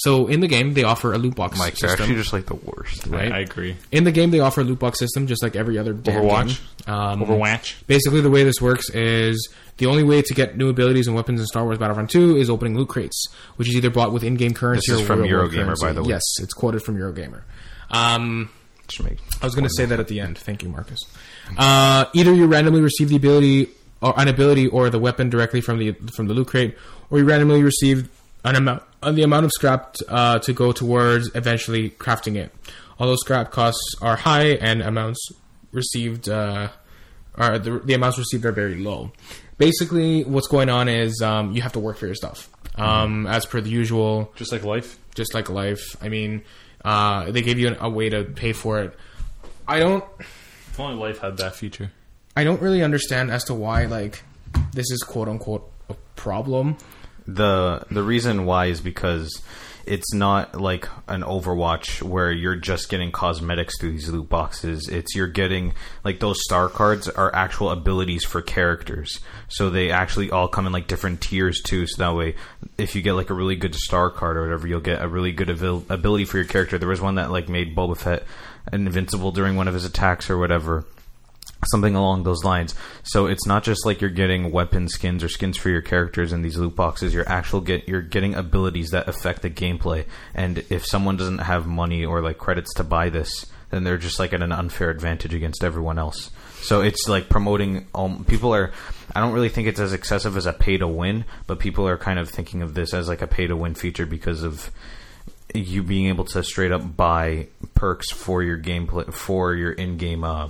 S1: So in the game, they offer a loot box
S3: Like they're actually
S1: system.
S3: just like the worst.
S1: Right.
S2: I, I agree.
S1: In the game, they offer a loot box system, just like every other damn
S2: Overwatch?
S1: game. Um,
S2: Overwatch.
S1: Basically, the way this works is the only way to get new abilities and weapons in Star Wars Battlefront 2 is opening loot crates, which is either bought with in-game currency
S3: This
S1: or
S3: is from
S1: real-world
S3: Eurogamer,
S1: currency.
S3: by the way.
S1: Yes, it's quoted from Eurogamer. Um,
S3: Just make-
S1: I was going to say that at the end. Thank you, Marcus. Uh, either you randomly receive the ability or an ability or the weapon directly from the from the loot crate, or you randomly receive an amount uh, the amount of scrap uh, to go towards eventually crafting it. Although scrap costs are high and amounts received uh, are the, the amounts received are very low. Basically, what's going on is um, you have to work for your stuff. Um, as per the usual,
S2: Just like life.
S1: just like life. I mean, uh, they give you an, a way to pay for it. I don't,
S2: If only life had that feature.
S1: I don't really understand as to why like this is quote unquote a problem.
S3: the the reason why is because it's not like an Overwatch where you're just getting cosmetics through these loot boxes. It's you're getting like those star cards are actual abilities for characters. So they actually all come in like different tiers too. So that way, if you get like a really good star card or whatever, you'll get a really good abil- ability for your character. There was one that like made Boba Fett invincible during one of his attacks or whatever something along those lines. So it's not just like you're getting weapon skins or skins for your characters in these loot boxes. You're actual get you're getting abilities that affect the gameplay. And if someone doesn't have money or like credits to buy this, then they're just like at an unfair advantage against everyone else. So it's like promoting. Um, people are. I don't really think it's as excessive as a pay to win, but people are kind of thinking of this as like a pay to win feature because of you being able to straight up buy perks for your gameplay for your in-game uh,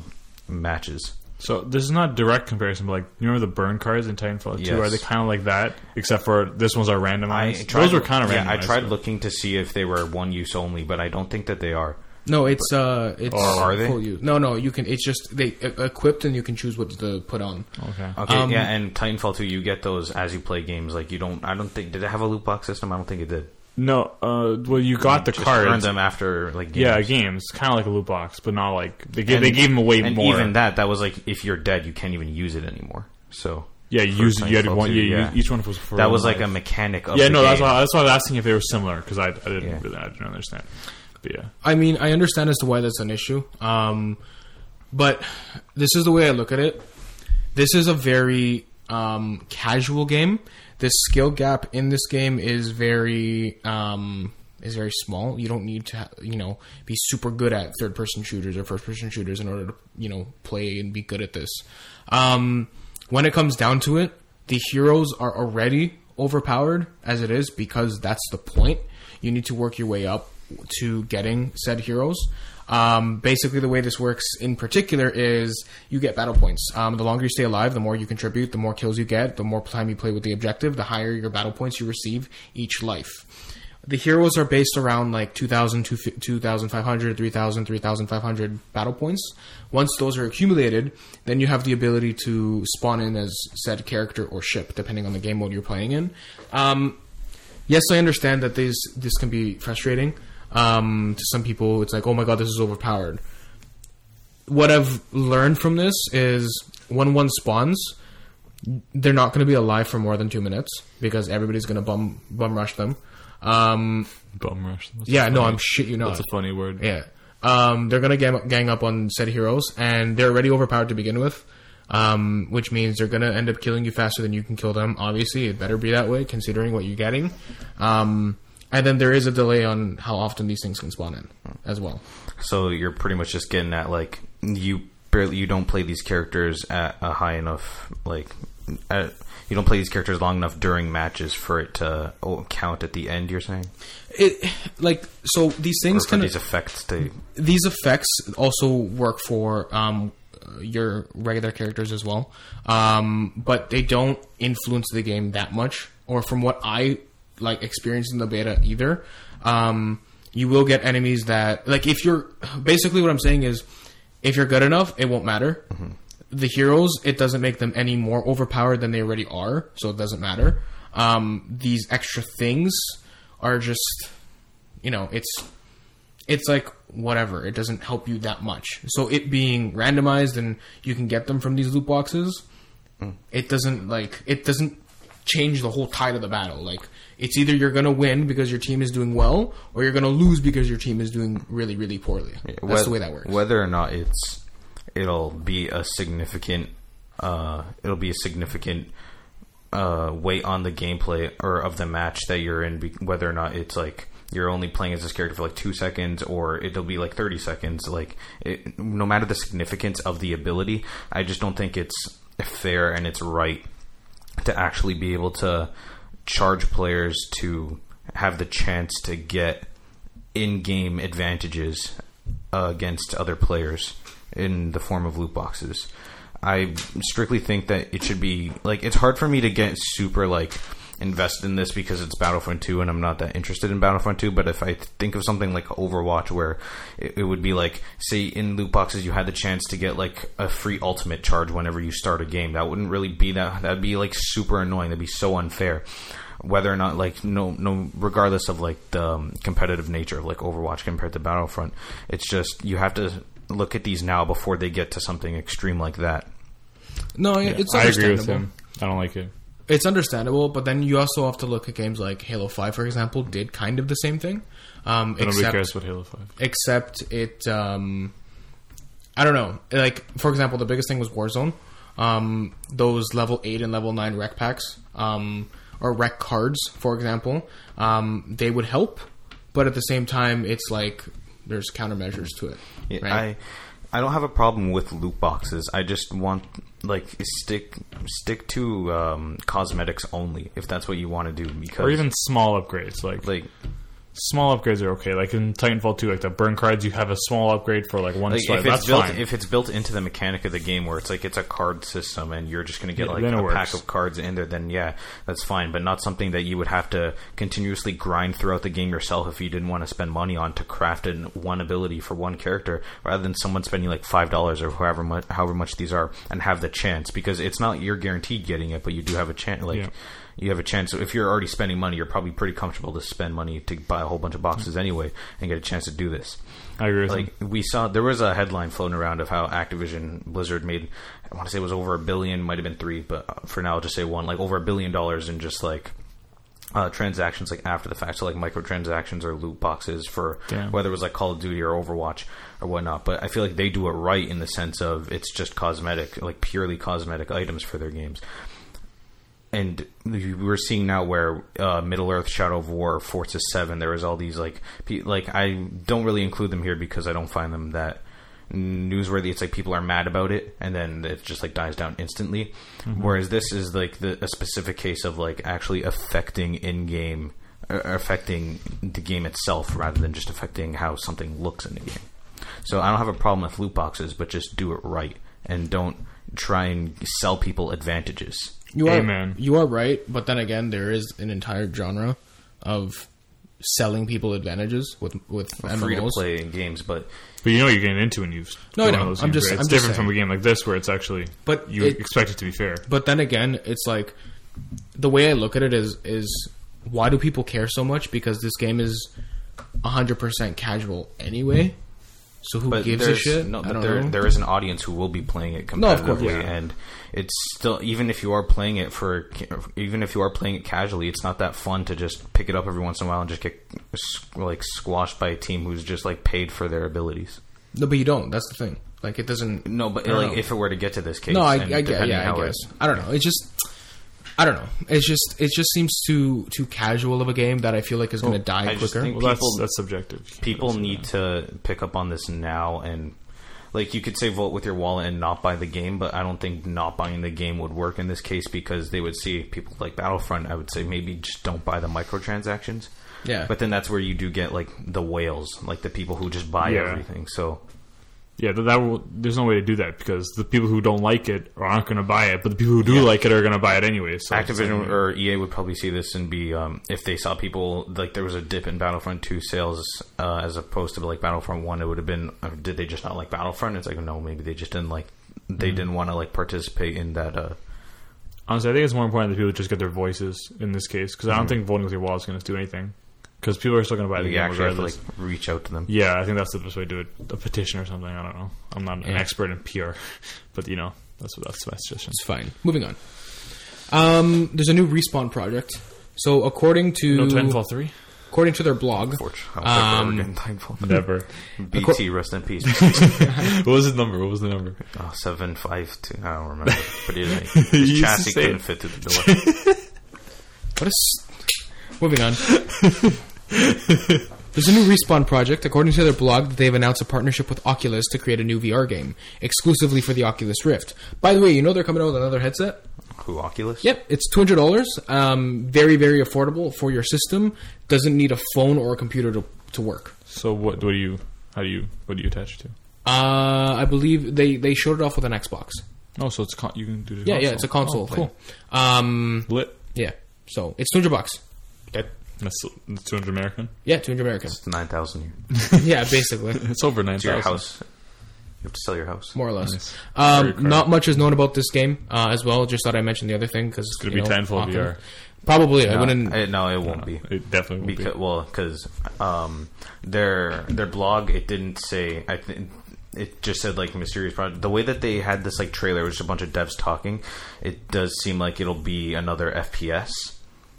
S3: matches.
S2: So this is not direct comparison, but like you remember the burn cards in Titanfall Two?
S3: Yes.
S2: Are they kind of like that? Except for this ones are randomized. Those were kind of
S3: yeah,
S2: randomized.
S3: I tried looking to see if they were one use only, but I don't think that they are.
S1: No, it's uh, it's
S3: Or are they?
S1: full use. No, no, you can. It's just they e- equipped and you can choose what to put on.
S2: Okay.
S3: Okay, yeah, and Titanfall 2, you get those as you play games. Like you don't, I don't think did it have a loot box system? I don't think it did.
S2: No. Uh. Well, you got the
S3: Just earn
S2: cards.
S3: them after like games.
S2: Yeah, games. Kind of like a loot box, but not like they gave, they gave them away
S3: and
S2: more.
S3: even that, that was like if you're dead, you can't even use it anymore. So
S2: yeah, you used you had
S3: Titanfall
S2: one.
S3: 2,
S2: you, you-
S3: yeah.
S2: Each one was for
S3: that
S2: one
S3: was like a
S2: life.
S3: mechanic of
S2: Yeah.
S3: the
S2: No. That's
S3: game.
S2: why. That's why I was asking if they were similar because I, I didn't
S3: Yeah.
S2: really I didn't understand. But yeah.
S1: I mean, I understand as to why that's an issue. Um, but this is the way I look at it. This is a very um, casual game. The skill gap in this game is very um, is very small. You don't need to ha- you know be super good at third person shooters or first person shooters in order to you know play and be good at this. Um, when it comes down to it, the heroes are already overpowered as it is because that's the point. You need to work your way up to getting said heroes. Um, basically, the way this works in particular is you get battle points. Um, the longer you stay alive, the more you contribute, the more kills you get, the more time you play with the objective, the higher your battle points you receive each life the heroes are based around like 2000 2, 2500 3000 3500 battle points once those are accumulated then you have the ability to spawn in as said character or ship depending on the game mode you're playing in um, yes i understand that these this can be frustrating um, to some people it's like oh my god this is overpowered what i've learned from this is when one spawns they're not going to be alive for more than two minutes because everybody's going to bum bum rush them. Um,
S2: Bum rush. That's
S1: yeah,
S2: a
S1: no,
S2: funny-
S1: I'm shit you not.
S2: That's a funny word.
S1: yeah, um, they're going to gang, gang up on said heroes, and they're already overpowered to begin with, um, which means they're going to end up killing you faster than you can kill them. Obviously, it better be that way considering what you're getting. Um, and then there is a delay on how often these things can spawn in as well.
S3: So you're pretty much just getting at like you barely you don't play these characters at a high enough like at, you don't play these characters long enough during matches for it to oh, count at the end. You're saying
S1: It like so these
S3: or
S1: things
S3: for
S1: can
S3: these effects to
S1: these effects also work for um, your regular characters as well, um, but they don't influence the game that much. Or from what I like experienced in the beta, either. Um, you will get enemies that like if you're basically what I'm saying is if you're good enough, it won't matter. The heroes, it doesn't make them any more overpowered than they already are, so it doesn't matter. Um, these extra things are just, you know, it's it's like whatever. It doesn't help you that much. So it being randomized and you can get them from these loot boxes, it doesn't like it doesn't change the whole tide of the battle. Like it's either you're gonna win because your team is doing well, or you're gonna lose because your team is doing really, really poorly. That's
S3: wheth-
S1: the way that works.
S3: Whether or not it's it'll be a significant uh, it'll be a significant uh, weight on the gameplay or of the match that you're in. Be- whether or not it's like you're only playing as this character for like two seconds or it'll be like 30 seconds like it, no matter the significance of the ability i just don't think it's fair and it's right to actually be able to charge players to have the chance to get in-game advantages uh, against other players in the form of loot boxes. I strictly think that it should be like it's hard for me to get super like invested in this because it's Battlefront 2 and I'm not that interested in Battlefront 2 but if I think of something like Overwatch where it, it would be like say in loot boxes you had the chance to get like a free ultimate charge whenever you start a game that wouldn't really be that that'd be like super annoying that'd be so unfair whether or not like no no regardless of like the um, competitive nature of like Overwatch compared to Battlefront, it's just you have to look at these now before they get to something extreme like that.
S1: no, it's
S2: I
S1: understandable.
S2: agree with him. I don't like it.
S1: it's understandable, but then you also have to look at games like Halo Five, for example, did kind of the same thing. Um,
S2: Nobody
S1: except,
S2: cares about Halo Five.
S1: except it um i don't know like for example the biggest thing was warzone um those level 8 and level 9 rec packs um or rec cards for example um they would help but at the same time it's like there's countermeasures to it
S3: Yeah,
S1: right
S3: I I don't have a problem with loot boxes. I just want like stick stick to um, cosmetics only if that's what you want to do. Because
S2: Or even small upgrades. Like,
S3: like
S2: small upgrades are okay. Like in Titanfall 2, like the burn cards, you have a small upgrade for like one
S3: like
S2: swipe.
S3: if it's
S2: That's
S3: built
S2: fine.
S3: if it's built into the mechanic of the game where it's like it's a card system and you're just going to get
S2: Yeah,
S3: like
S2: then it
S3: a
S2: works.
S3: pack of cards in there, then yeah, that's fine. But not something that you would have to continuously grind throughout the game yourself if you didn't want to spend money on to craft in one ability for one character, rather than someone spending like five dollars or however much however much these are and have the chance because it's not you're guaranteed getting it, but you do have a chance. Like.
S2: Yeah.
S3: You have a chance. So if you're already spending money, you're probably pretty comfortable to spend money to buy a whole bunch of boxes anyway and get a chance to do this
S2: I agree with
S3: like we saw there was a headline floating around of how Activision Blizzard made I want to say it was over a billion might have been 3 but uh, for now I'll just say 1 like over a billion dollars in just like uh, transactions like after the fact so like microtransactions or loot boxes for
S2: Damn.
S3: whether it was like Call of Duty or Overwatch or whatnot but I feel like they do it right in the sense of it's just cosmetic like purely cosmetic items for their games and we're seeing now where uh, Middle Earth, Shadow of War, Forza Seven, there was all these like pe- like I don't really include them here because I don't find them that newsworthy. It's like people are mad about it, and then it just like dies down instantly. Whereas this is like the, a specific case of like actually affecting in game, uh, affecting the game itself rather than just affecting how something looks in the game. So I don't have a problem with loot boxes, but just do it right and don't try and sell people advantages.
S1: you are
S2: Amen.
S1: you are right but then again there is an entire genre of selling people advantages with with MMOs.
S3: free to play games, but
S2: But you know what you're getting into when you.
S1: No, I
S2: go on
S1: know.
S2: those
S1: I'm
S2: games,
S1: just-
S2: right?
S1: I'm
S2: It's
S1: just
S2: different from a
S1: saying.
S2: game like this where it's actually.
S1: But
S2: you
S1: it-
S2: expect it to be fair.
S1: But then again, it's like the way I look at it is is why do people care so much? Because this game is hundred percent casual anyway. So who
S3: but
S1: gives a
S3: there's
S1: shit?
S3: no,
S1: I
S3: but
S1: don't
S3: there
S1: know.
S3: there is an audience who will be playing it competitively,
S1: No, of course, yeah.
S3: and it's still even if you are playing it for even if you are playing it casually, it's not that fun to just pick it up every once in a while and just get like squashed by a team who's just like paid for their abilities.
S1: no, but you don't. That's the thing. Like it doesn't.
S3: No, but
S1: I don't
S3: like
S1: know.
S3: if it were to get to this case,
S1: no, I,
S3: and
S1: I get.
S3: depending
S1: Yeah,
S3: how
S1: I
S3: it-
S1: guess. I don't know. It's just. I don't know. It's just. It just seems too too casual of a game that I feel like is going to die
S3: Oh, I just
S1: quicker.
S3: think-
S2: well,
S3: people-
S2: that's, that's subjective. You can't
S3: people
S2: really say
S3: need
S2: that.
S3: to pick up on this now and like you could say vote with your wallet and not buy the game but i don't think not buying the game would work in this case because they would see people like battlefront i would say maybe just don't buy the microtransactions
S1: Yeah.
S3: but then that's where you do get like the whales like the people who just buy
S2: Yeah.
S3: everything so
S2: Yeah, that, that will, there's no way to do that because the people who don't like it aren't going to buy it, but the people who do like it are going to buy it anyway. So it's
S3: Activision
S2: like-
S3: or EA would probably see this and be um, if they saw people like there was a dip in Battlefront Two sales uh, as opposed to like Battlefront One, it would have been uh, did they just not like Battlefront? It's like no, maybe they just didn't like they
S2: Mm-hmm.
S3: didn't want to like participate in that. Uh,
S2: honestly, I think it's more important that people just get their voices in this case because I don't think voting with your wallet is going to do anything because people are still going to buy the
S3: they
S2: game
S3: actually have to
S2: regardless.
S3: like reach out to them.
S2: yeah, I think that's the best way to do it. A petition or something. I don't know. I'm not an
S1: Yeah.
S2: expert in PR, but you know, that's that's my suggestion.
S1: It's fine. Moving on. Um, there's a new respawn project. So according to
S2: No Titanfall three.
S1: according to their blog,
S3: Unfortunately, I don't think we're getting thankful.
S2: Um, Never.
S3: BT, rest in peace.
S2: what was his number? What was the number?
S3: oh, seven five two. I don't remember, but it is like,
S2: You used
S3: his
S2: to
S3: chassis
S2: say
S3: couldn't
S2: it.
S3: fit through the door.
S1: What is. Moving on. There's a new Respawn project. According to their blog, they've announced a partnership with Oculus to create a new VR game exclusively for the Oculus Rift. By the way, you know they're coming out with another headset?
S3: Who Oculus?
S1: Yep, it's two hundred dollars. Um, very, very affordable for your system. Doesn't need a phone or a computer to to work.
S2: So what? What do you? How do you? What do you attach it to?
S1: Uh, I believe they they showed it off with an Xbox.
S2: Oh, so it's con- you can do. The
S1: Yeah, yeah, it's a console.
S2: Oh,
S1: thing. Um,
S2: Cool. Lit.
S1: yeah. So it's two hundred bucks. Okay.
S2: That's that's 200 American.
S1: Yeah, two hundred American.
S3: It's nine thousand.
S1: yeah, basically.
S2: It's over
S3: It's your
S2: 9,000.
S3: house. You have to sell your house.
S1: more or less.
S2: Nice. Very
S1: Um,
S2: correct.
S1: not much is known about this game uh, as well. Just thought I mentioned the other thing because it's
S2: gonna be Titanfall VR.
S1: Probably I
S3: No,
S1: wouldn't.
S3: I- Uh, no, it won't be.
S2: It definitely will
S3: because
S2: be.
S3: well because um, their their blog it didn't say I think it just said like mysterious project. The way that they had this like trailer was just a bunch of devs talking. It does seem like it'll be another FPS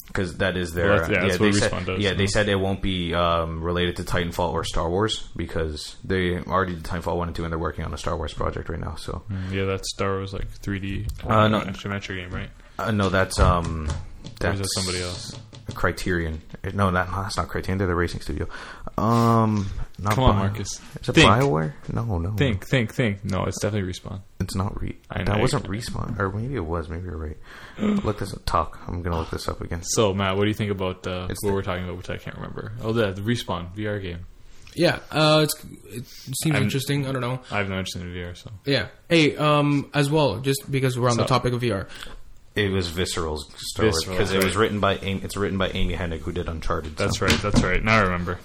S3: because that is their
S2: Well, that's- yeah, that's
S3: they
S2: what
S3: said,
S2: Respawn does,
S3: yeah, they
S2: yeah.
S3: said it won't be um, related to Titanfall or Star Wars because they already did Titanfall one and two and they're working on a Star Wars project right now. So
S2: Yeah, that Star Wars like 3D
S3: Uh, no.
S2: isometric game, right?
S3: uh, no, that's um,
S2: Or
S3: that's
S2: is that somebody else?
S3: Criterion. Uh, No, that, no, that's not Criterion. They're the racing studio. Um, not
S2: Come on,
S3: Bio-
S2: Marcus.
S3: Is it
S2: Think.
S3: Bioware? No, no.
S2: Think, think, think. No, it's definitely respawn.
S3: It's not re.
S2: I know
S3: that
S2: you
S3: wasn't
S2: can't.
S3: respawn, or maybe it was. Maybe you're right. look this up. Talk. I'm gonna look this up again.
S2: So Matt, what do you think about uh, what
S3: It's the-
S2: we're talking about? Which I can't remember. Oh, the, the respawn VR game.
S1: Yeah, uh, it's, it seems
S2: I'm-
S1: interesting. I don't know.
S2: I have no interest in VR, so
S1: Yeah. Hey, um, as well, just because we're on the
S2: So-
S1: topic of VR.
S3: It was Visceral's Star Wars
S2: Visceral,
S3: because it
S2: right.
S3: was written by. Amy, it's written by Amy Hennig, who did Uncharted. so.
S2: that's right. That's right. Now I remember.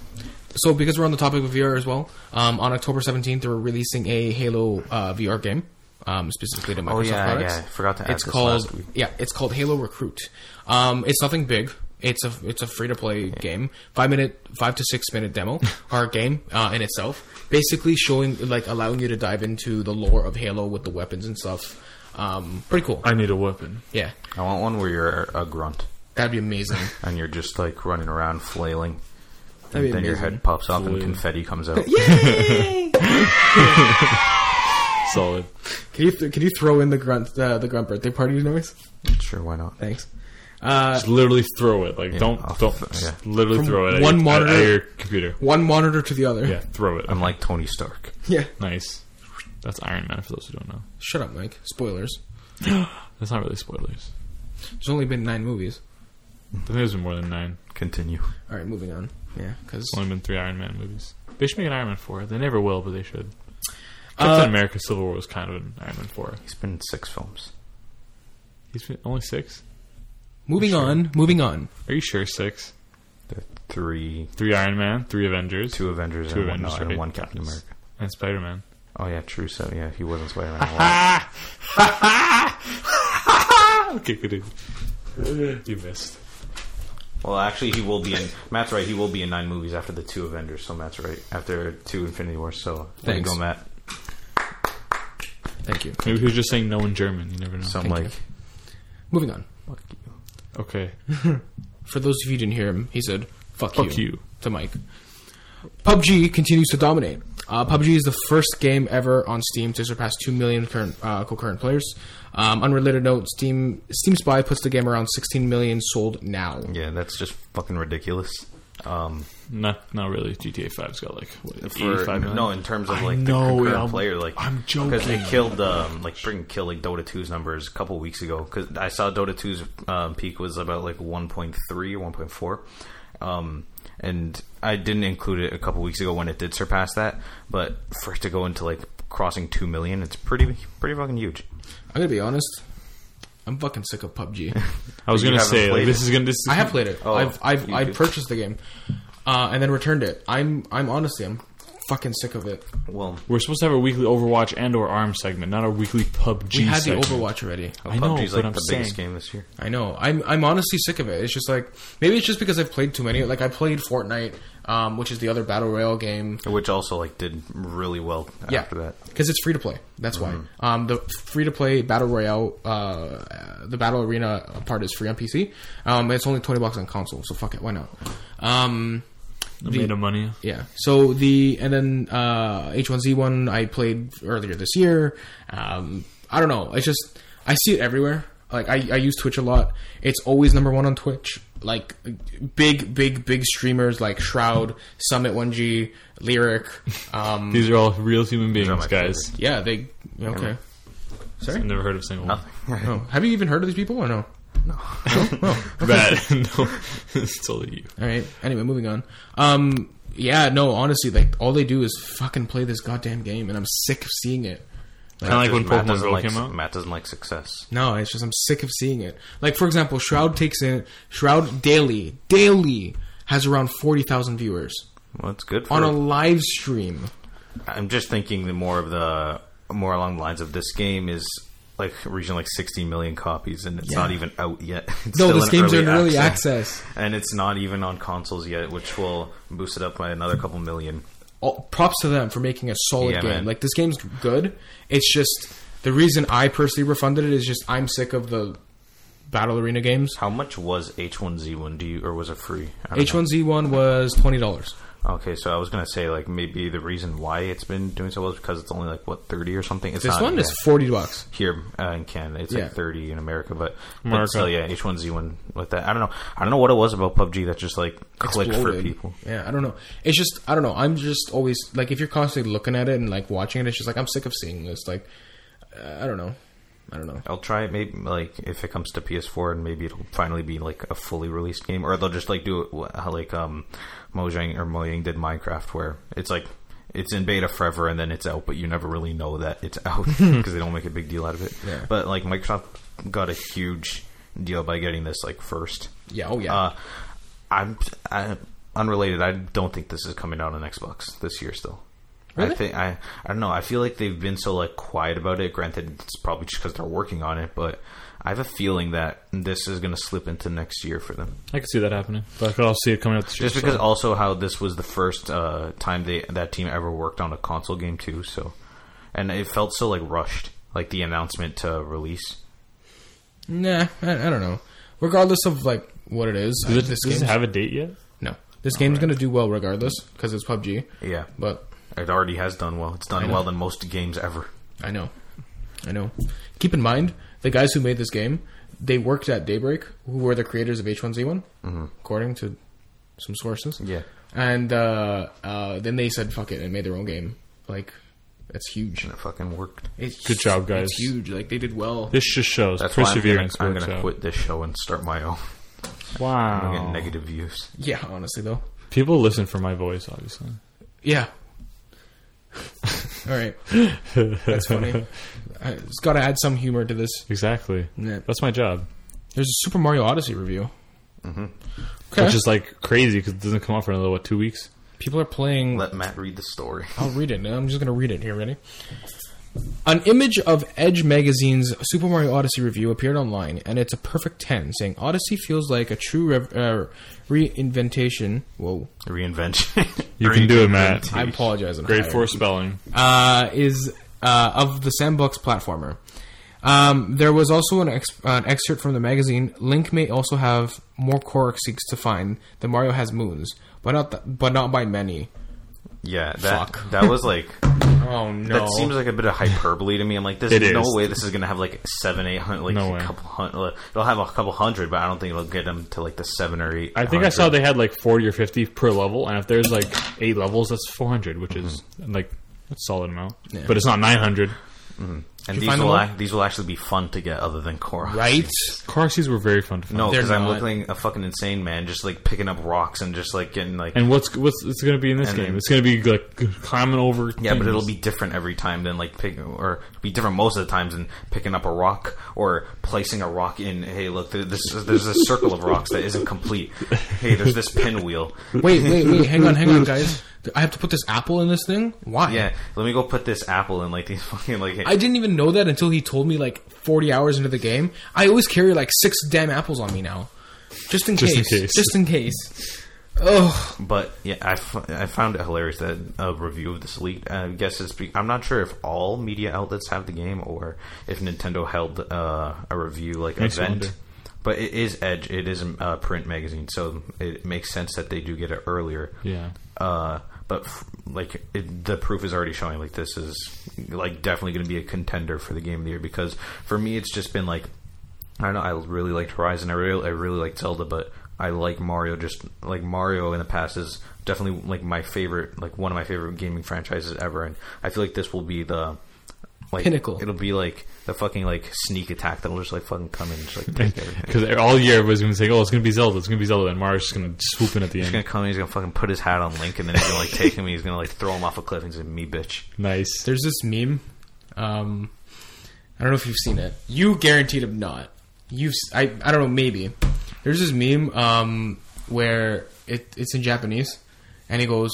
S1: So, because we're on the topic of VR as well, um, on October 17th, they're releasing a Halo uh, VR game, um, specifically to Microsoft
S3: Oh yeah,
S1: products.
S3: yeah. I forgot to add
S1: It's
S3: this
S1: called
S3: last week.
S1: yeah, it's called Halo Recruit. Um, it's nothing big. It's a it's a free to play game, five minute, five to six minute demo or game uh, in itself. Basically, showing like allowing you to dive into the lore of Halo with the weapons and stuff. Um, pretty cool.
S2: I need a weapon.
S1: Yeah,
S3: I want one where you're a grunt
S1: that'd be amazing.
S3: and you're just like running around flailing,
S1: That'd be
S3: and then your
S1: amazing.
S3: head pops off and
S2: Flailing.
S3: confetti comes out.
S2: Solid.
S1: Can you th- can you throw in the grunt uh, the grunt birthday party noise?
S3: Sure, why not?
S1: Thanks. Uh,
S2: Just literally throw it. Like don't
S3: off
S2: don't
S3: the-
S2: just
S3: yeah.
S2: literally
S1: From
S2: throw it. At
S1: one
S2: your, at-
S1: monitor-
S2: at your computer.
S1: one monitor to the other.
S2: Yeah, throw it.
S3: I'm like Tony Stark.
S1: Yeah.
S2: nice. That's Iron Man for those who don't know.
S1: Shut up, Mike. Spoilers.
S2: That's not really spoilers.
S1: There's only been nine movies.
S2: I think there's been more than nine.
S3: Continue.
S1: All right, moving on. Yeah, because
S2: There's only been three Iron Man movies. They should make an Iron Man four. They never will, but they should.
S1: Uh,
S2: Captain America: Civil War was kind of an Iron Man four.
S3: He's been in six films.
S2: He's been only six.
S1: moving on, moving on.
S2: Are you sure six?
S3: There are three,
S2: Three Iron Man, three Avengers,
S3: two Avengers,
S2: Two
S3: and,
S2: Avengers,
S3: one, no, and
S2: right.
S3: one Captain America.
S2: and Spider Man.
S3: Oh yeah, true. So yeah, he wasn't Spider Man.
S2: Ah! okay, good. You missed.
S3: Well, actually, he will be in. Matt's right. He will be in nine movies after the two Avengers. So Matt's right. After two Infinity Wars. So there you
S1: Thanks.
S3: go, Matt.
S1: Thank you.
S2: Maybe he was just saying no in German. You never know.
S3: So I'm
S1: Thank
S3: like,
S1: Moving on.
S3: fuck you.
S2: okay,
S1: For those of you who didn't hear him, he said, "Fuck,
S2: fuck you.
S1: to Mike. PUBG continues to dominate. Uh, PUBG is the first game ever on Steam to surpass 2 million current, uh, concurrent players. Um, unrelated note, Steam Steam Spy puts the game around 16 million sold now.
S3: Yeah, that's just fucking ridiculous. Um,
S2: Not, not really. GTA Five's got like what,
S3: for
S2: 85 million?
S3: no, in terms of
S2: E I
S3: like
S2: know,
S3: the
S2: I'm-
S3: concurrent player, like
S2: I'm joking.
S3: because they killed um, like freaking killed like Dota 2's numbers a couple weeks ago. Because I saw Dota 2's um, peak was about like 1.3 or 1.4, um, and I didn't include it a couple weeks ago when it did surpass that. But for it to go into like crossing two million, it's pretty pretty fucking huge.
S1: I'm going to be honest. I'm fucking sick of PUBG.
S2: I was
S3: You
S2: gonna
S3: haven't
S2: say like,
S3: played
S2: this
S3: it.
S2: is gonna. This is
S1: I have played it.
S3: Oh,
S1: I've I've
S3: you
S1: I
S3: did.
S1: purchased the game uh, and then returned it. I'm I'm honestly I'm fucking sick of it.
S3: Well,
S2: We're supposed to have a weekly Overwatch and or ARM segment, not a weekly PUBG.
S1: We had
S2: segment.
S1: the Overwatch already.
S2: I know,
S3: PUBG's
S2: but
S3: like
S2: I'm
S3: the
S2: saying
S3: biggest game this year.
S1: I know. I'm I'm honestly sick of it. It's just like maybe it's just because I've played too many. Like I played Fortnite, um, which is the other battle royale game.
S3: Which also like did really well
S1: Yeah,
S3: after that. Mm-hmm.
S1: because it's free to play. That's why. Um, the free to play battle royale, uh, uh, the battle arena part is free on PC. Um, it's only twenty bucks on console, so fuck it, why not? Um,
S2: I made of money.
S1: yeah. So the and then uh, H1Z1 I played earlier this year. Um, I don't know. It's just I see it everywhere. Like I, I use Twitch a lot. It's always number one on Twitch. Like big, big, big streamers like Shroud, Summit One G, Lyric. Um,
S2: These are all real human beings,
S3: are my
S2: guys.
S1: yeah, they okay.
S2: I've never heard of a single one.
S1: Oh, have you even heard of these people or no?
S2: Bad. no, it's totally you.
S1: All right. Anyway, moving on. Um, yeah, no, honestly, like all they do is fucking play this goddamn game, and I'm sick of seeing it.
S2: Kind of like when
S3: Matt
S2: Pokemon
S3: doesn't
S2: Go
S3: like
S2: came out.
S3: Matt doesn't like success.
S1: No, it's just I'm sick of seeing it. Like for example, Shroud takes in Shroud daily, daily has around forty thousand viewers
S3: Well, it's good for
S1: on a
S3: it.
S1: live stream.
S3: I'm just thinking the more of the more along the lines of this game is like reaching like 60 million copies and it's
S1: Yeah.
S3: not even out yet. It's
S1: No,
S3: still
S1: this game's in early access.
S3: and it's not even on consoles yet, which will boost it up by another couple million.
S1: all, props to them for making a solid
S3: Yeah,
S1: game.
S3: man.
S1: Like this game's good. It's just the reason I personally refunded it is just I'm sick of the battle arena games.
S3: How much was H1Z1? Do you or was it free? I don't
S1: H1Z1 was twenty dollars.
S3: know. Okay, so I was gonna say like maybe the reason why it's been doing so well is because it's only like what thirty or something. It's
S1: This
S3: not
S1: one is forty bucks.
S3: here uh, in Canada. It's
S1: Yeah.
S3: like thirty in America, but, but
S2: America.
S3: still, yeah, H1Z1 with that. I don't know. I don't know what it was about PUBG that just like clicked for
S1: Exploded.
S3: people.
S1: Yeah, I don't know. It's just I don't know. I'm just always like if you're constantly looking at it and like watching it, it's just like I'm sick of seeing this. Like uh, I don't know. I don't know.
S3: I'll try it maybe like if it comes to PS4 and maybe it'll finally be like a fully released game, or they'll just like do it wh- how, like um Mojang or Mojang did Minecraft, where it's like it's in beta forever and then it's out, but you never really know that it's out because they don't make a big deal out of it.
S1: Yeah.
S3: But like Microsoft got a huge deal by getting this like first.
S1: Yeah, oh yeah.
S3: Uh, I'm I, unrelated. I don't think this is coming out on Xbox this year still. I
S1: Really?
S3: think I I don't know. I feel like they've been so like quiet about it. Granted, it's probably just because they're working on it, but I have a feeling that this is going to slip into next year for them.
S2: I could see that happening, but I could also see it coming out this year.
S3: Just because
S2: so-
S3: also how this was the first uh, time they that team ever worked on a console game too. So, and it felt so like rushed, like the announcement to release.
S1: nah, I, I don't know. Regardless of like what it is, I-
S2: does it,
S1: this
S2: does
S1: game's
S2: it have a date yet?
S1: no. This game's gonna do well regardless because it's PUBG.
S3: Yeah,
S1: But
S3: it already has done well. It's done
S1: know.
S3: well than most games ever.
S1: I know, I know. Keep in mind the guys who made this game, they worked at Daybreak, who were the creators of H1Z1,
S2: Mm-hmm.
S1: according to some sources.
S3: Yeah.
S1: And uh, uh, then they said fuck it and made their own game. Like that's huge.
S3: and it fucking worked.
S1: It's
S2: Good job, guys.
S1: It's huge. Like they did well.
S2: This just shows
S3: That's why I'm gonna,
S2: perseverance.
S3: I'm
S2: works
S3: gonna
S2: out.
S3: quit this show and start my own. I'm gonna get
S2: Wow.
S3: negative views.
S1: Yeah, honestly though.
S2: People listen for my voice, obviously.
S1: Yeah. All right. That's funny. I, it's got to add some humor to this.
S2: Exactly.
S1: Yeah.
S2: That's my job.
S1: There's a Super Mario Odyssey review. Mm-hmm. Okay.
S2: Which is like crazy because it doesn't come out for another, what, two weeks?
S1: People are playing.
S3: Let Matt read the story.
S1: I'll read it. I'm just going to read it here. Ready? An image of Edge magazine's Super Mario Odyssey review appeared online, and it's a perfect 10, saying Odyssey feels like a true rev- uh, reinventation. Whoa.
S3: Reinvention.
S2: You can do it, Matt.
S1: I apologize. I'm
S2: Grade
S1: tired.
S2: four spelling.
S1: uh, is uh, of the sandbox platformer. Um, there was also an, ex- uh, an excerpt from the magazine. Link may also have more core seeks to find than Mario has moons, but not th- but not by many.
S3: Yeah, that
S1: Fuck.
S3: that was like
S1: Oh no!
S3: that seems like a bit of hyperbole to me. I'm like, there's
S2: It
S3: no
S2: is.
S3: way this is gonna have like seven, eight hundred, like
S2: No way.
S3: a couple hundred. It'll have a couple hundred, but I don't think it'll get them to like the seven or eight.
S2: I think I saw
S3: that.
S2: they had like 40 or 50 per level, and if there's like eight levels, that's 400, which is
S3: Mm-hmm.
S2: like that's a solid amount.
S1: Yeah.
S2: But it's not 900.
S3: And
S1: you
S3: these
S1: find
S3: will
S1: them
S3: ac- these will actually be fun to get, other than core.
S1: right?
S2: Car seats were very fun to find.
S3: No,
S1: They're
S3: because I'm
S1: not.
S3: looking a fucking insane man, just like picking up rocks and just like getting like
S2: And what's what's it's going to be in this
S3: And
S2: game?
S3: then-
S2: it's going to be like g- climbing over.
S3: Yeah, but
S2: things.
S3: it'll be different every time than like pick or be different most of the times than picking up a rock or placing a rock in. Hey, look, th- this there's a circle of rocks that isn't complete. Hey, there's this pinwheel.
S1: Wait, wait, wait! Hang on, hang on, guys! I have to put this apple in this thing. Why?
S3: Yeah, let me go put this apple in like these fucking like.
S1: I didn't even know that until he told me like 40 hours into the game. I always carry like six damn apples on me now, just in
S2: Just in
S1: case.
S2: case.
S1: Just in case. Oh,
S3: But yeah, I, f- I found it hilarious that a review of this leaked. I guess it's. Be- I'm not sure if all media outlets have the game or if Nintendo held uh, a review like
S2: Makes you
S3: event.
S2: wonder.
S3: But it is Edge. It is a uh, print magazine, so it makes sense that they do get it earlier.
S2: Yeah.
S3: Uh, but f- like it, the proof is already showing. Like this is like definitely going to be a contender for the game of the year because for me it's just been like I don't know. I really liked Horizon. I really I really liked Zelda, but I like Mario. Just like Mario in the past is definitely like my favorite, like one of my favorite gaming franchises ever. And I feel like this will be the like
S1: Pinnacle.
S3: It'll be like the fucking like sneak attack that'll just like fucking come in and just like take everything.
S2: Because e-, all year everybody's going to say, "Oh, it's going to be Zelda. It's going to be Zelda," and Mario's just going to swoop in at the
S3: He's
S2: end.
S3: gonna come in. He's gonna fucking put his hat on Link, and then he's gonna like take him. And he's gonna like throw him off a cliff. And say, "Me, bitch."
S2: Nice.
S1: there's this meme. Um, I don't know if you've seen it. You guaranteed have not. You've s- I I don't know maybe. There's this meme um where it it's in Japanese, and he goes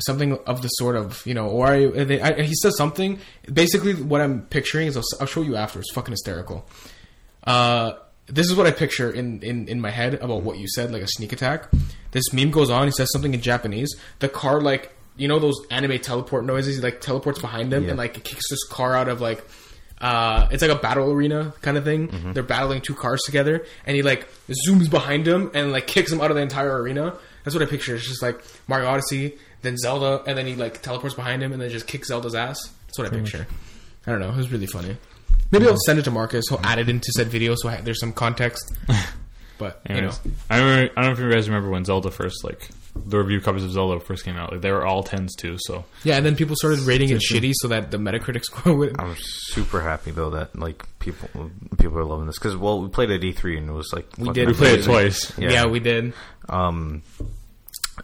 S1: something of the sort of you know or are you, and they, I, he says something. Basically, what I'm picturing is I'll, s will show you after. It's fucking hysterical. Uh, this is what I picture in, in, in my head about what you said, like a sneak attack. This meme goes on. He says something in Japanese. The car like you know those anime teleport noises. He like teleports behind them
S3: Yeah.
S1: and like kicks this car out of like uh, it's like a battle arena kind of thing. They're battling two cars together, and he like zooms behind him and like kicks him out of the entire arena. That's what I picture. It's just like Mario Odyssey, then Zelda, and then he like teleports behind him and then just kicks Zelda's ass. That's what I picture. I don't know. It was really funny. Maybe I'll send it to Marcus. He'll add it into said video so I, there's some context. But you know,
S2: Anyways, I remember, I don't know if you guys remember when Zelda first like the review covers of Zelda first came out. Like they were all tens too. So
S1: yeah. And then people started rating it shitty so that the Metacritic score would.
S3: I'm super happy though that like people people are loving this because well we played at E3 and it was like we
S1: did.
S2: we played it twice.
S1: Yeah. we did.
S3: Um,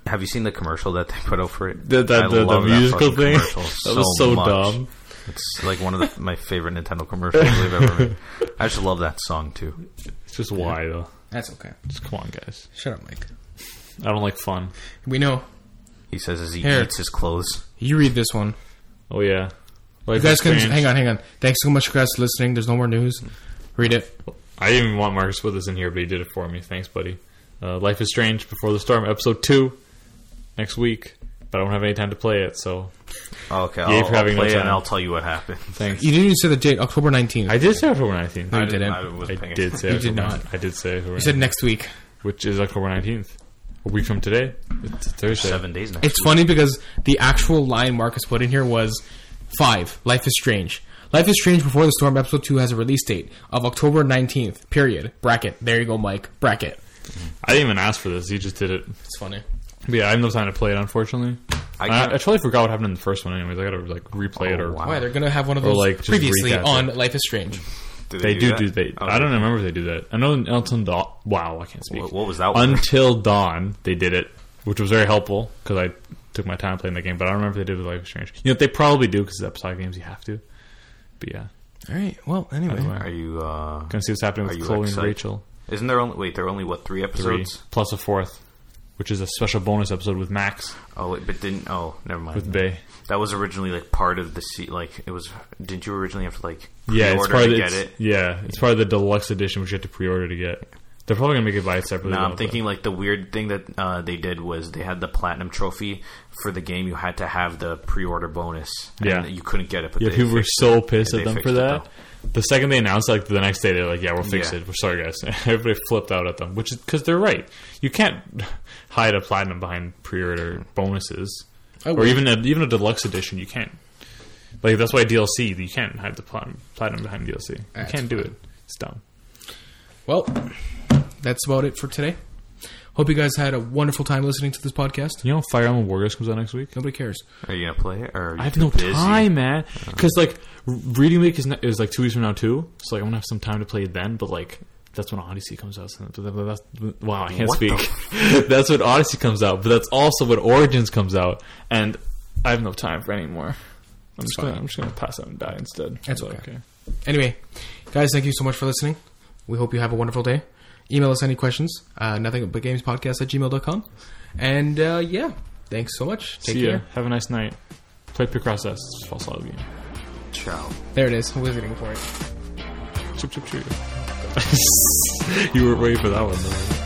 S3: have you seen the commercial that they put out for it?
S2: The- the-
S3: I
S2: the- the
S3: love that
S2: musical
S3: fucking
S2: thing?
S3: commercial
S2: That was so dumb.
S3: It's like one of the, my favorite Nintendo commercials they've ever made. I just love that song too.
S2: It's just why though.
S1: That's okay.
S2: Just come on, guys.
S1: Shut up, Mike.
S2: I don't like fun.
S1: We know.
S3: He says as he
S1: Here.
S3: eats his clothes.
S1: You read this one.
S2: Oh yeah. Like
S1: You guys can hang on, hang on. Thanks so much, guys, for listening. There's no more news. Read it.
S2: I didn't even want Marcus with us in here, but he did it for me. Thanks, buddy. Uh, Life is Strange Before the Storm, episode two, next week. But I don't have any time to play it, so
S3: Oh, okay,
S2: Yay
S3: I'll,
S2: for
S3: I'll
S2: having no
S3: play it
S2: time.
S3: and I'll tell you what happened.
S2: thanks.
S1: You didn't even say the date, October 19th.
S2: I did say October 19th.
S1: you
S2: I,
S1: did. didn't.
S3: I was
S2: I did say
S1: You
S2: October
S1: did not.
S2: 19th. I did say October
S1: You said
S2: 19th,
S1: next week.
S2: which is October 19th. A week from today. It's Thursday.
S3: Seven days next.
S1: It's funny because the actual line Marcus put in here was five. Life is strange. Life is strange. Before the storm, episode two has a release date of October 19th. Period. Bracket. There you go, Mike. Bracket.
S2: I didn't even ask for this. He just did it.
S1: It's funny.
S2: But yeah, I have no time to play it, unfortunately.
S3: I
S2: I, I,
S3: can't-
S2: totally forgot what happened in the first one, anyways. I gotta like replay it
S3: Oh,
S2: or
S3: wow.
S1: Why they're gonna have one of
S2: Or,
S1: those
S2: like, just
S1: previously
S2: recast
S1: on Life is Strange?
S2: They, do
S3: that?
S2: do they.
S3: Oh,
S2: I don't remember if they do that. I know in Elton Dawn. Wow, I can't speak.
S3: What- what was that one?
S2: Until Dawn, they did it, which was very helpful because I took my time playing the game. But I don't remember if they did it with Life is Strange. You know, they probably do because it's episodic games. You have to. But yeah,
S1: All right. Well, anyway,
S3: Are you? Uh,
S2: gonna see what's happening
S3: Are
S2: with
S3: you
S2: Chloe and
S3: excited?
S2: Rachel.
S3: isn't there only wait? There are only what three
S2: Three
S3: episodes?
S2: plus a fourth, which is a special bonus episode with Max
S3: Oh, wait, but didn't? Oh, never mind.
S2: with Bay.
S3: That was originally like part of the se- like it was. Didn't you originally have to like
S2: Yeah, it's
S3: pre-order
S2: part of
S3: to
S2: the,
S3: get
S2: it's-
S3: it?
S2: yeah, it's part of the deluxe edition, which you have to pre-order to get. They're probably gonna make it by it separately.
S3: No,
S2: though,
S3: I'm
S2: but-
S3: thinking like the weird thing that uh, they did was they had the platinum trophy for the game. You had to have the pre-order bonus. and
S2: Yeah.
S3: you couldn't get it. But
S2: Yeah,
S3: they
S2: people were
S3: fixed
S2: so
S3: it.
S2: pissed
S3: Yeah,
S2: at
S3: they
S2: them for
S3: fixed it,
S2: that. The second they announced, like the next day, they're like, "Yeah, we'll fix
S3: Yeah.
S2: it. We're sorry, guys." Everybody flipped out at them, which is because they're right. You can't hide a platinum behind pre-order bonuses,
S1: I
S2: or
S1: would.
S2: even a, even a deluxe edition. You can't. Like that's why DLC. You can't hide the platinum, platinum behind DLC. You
S1: That's
S2: can't do it. It's dumb.
S1: well, that's about it for today. Hope you guys had a wonderful time listening to this podcast.
S2: You know, Fire Emblem Warriors comes out next week.
S1: Nobody cares.
S3: Are you gonna play it? Or are you
S2: I have
S3: too
S2: no
S3: busy?
S2: time, man. Because like r- reading week is, ne- is like two weeks from now too. So like I'm gonna have some time to play it then. But like that's when Odyssey comes out. So that- that- that's, wow, I can't
S3: What the
S2: speak. that's when Odyssey comes out. But that's also when Origins comes out. And I have no time for any more. I'm just gonna I'm just gonna pass out and die instead.
S1: That's
S2: Is that
S1: okay. Anyway, guys, thank you so much for listening. We hope you have a wonderful day. Email us any questions, uh, nothing but games podcast at gmail.com. And uh, yeah, thanks so much. Take
S2: See
S1: care.
S2: ya. Have a nice night. Play Picross S. It's a false log game.
S3: Ciao.
S1: There it is. I was waiting for it.
S2: Chip chip chip. you were waiting for that one though.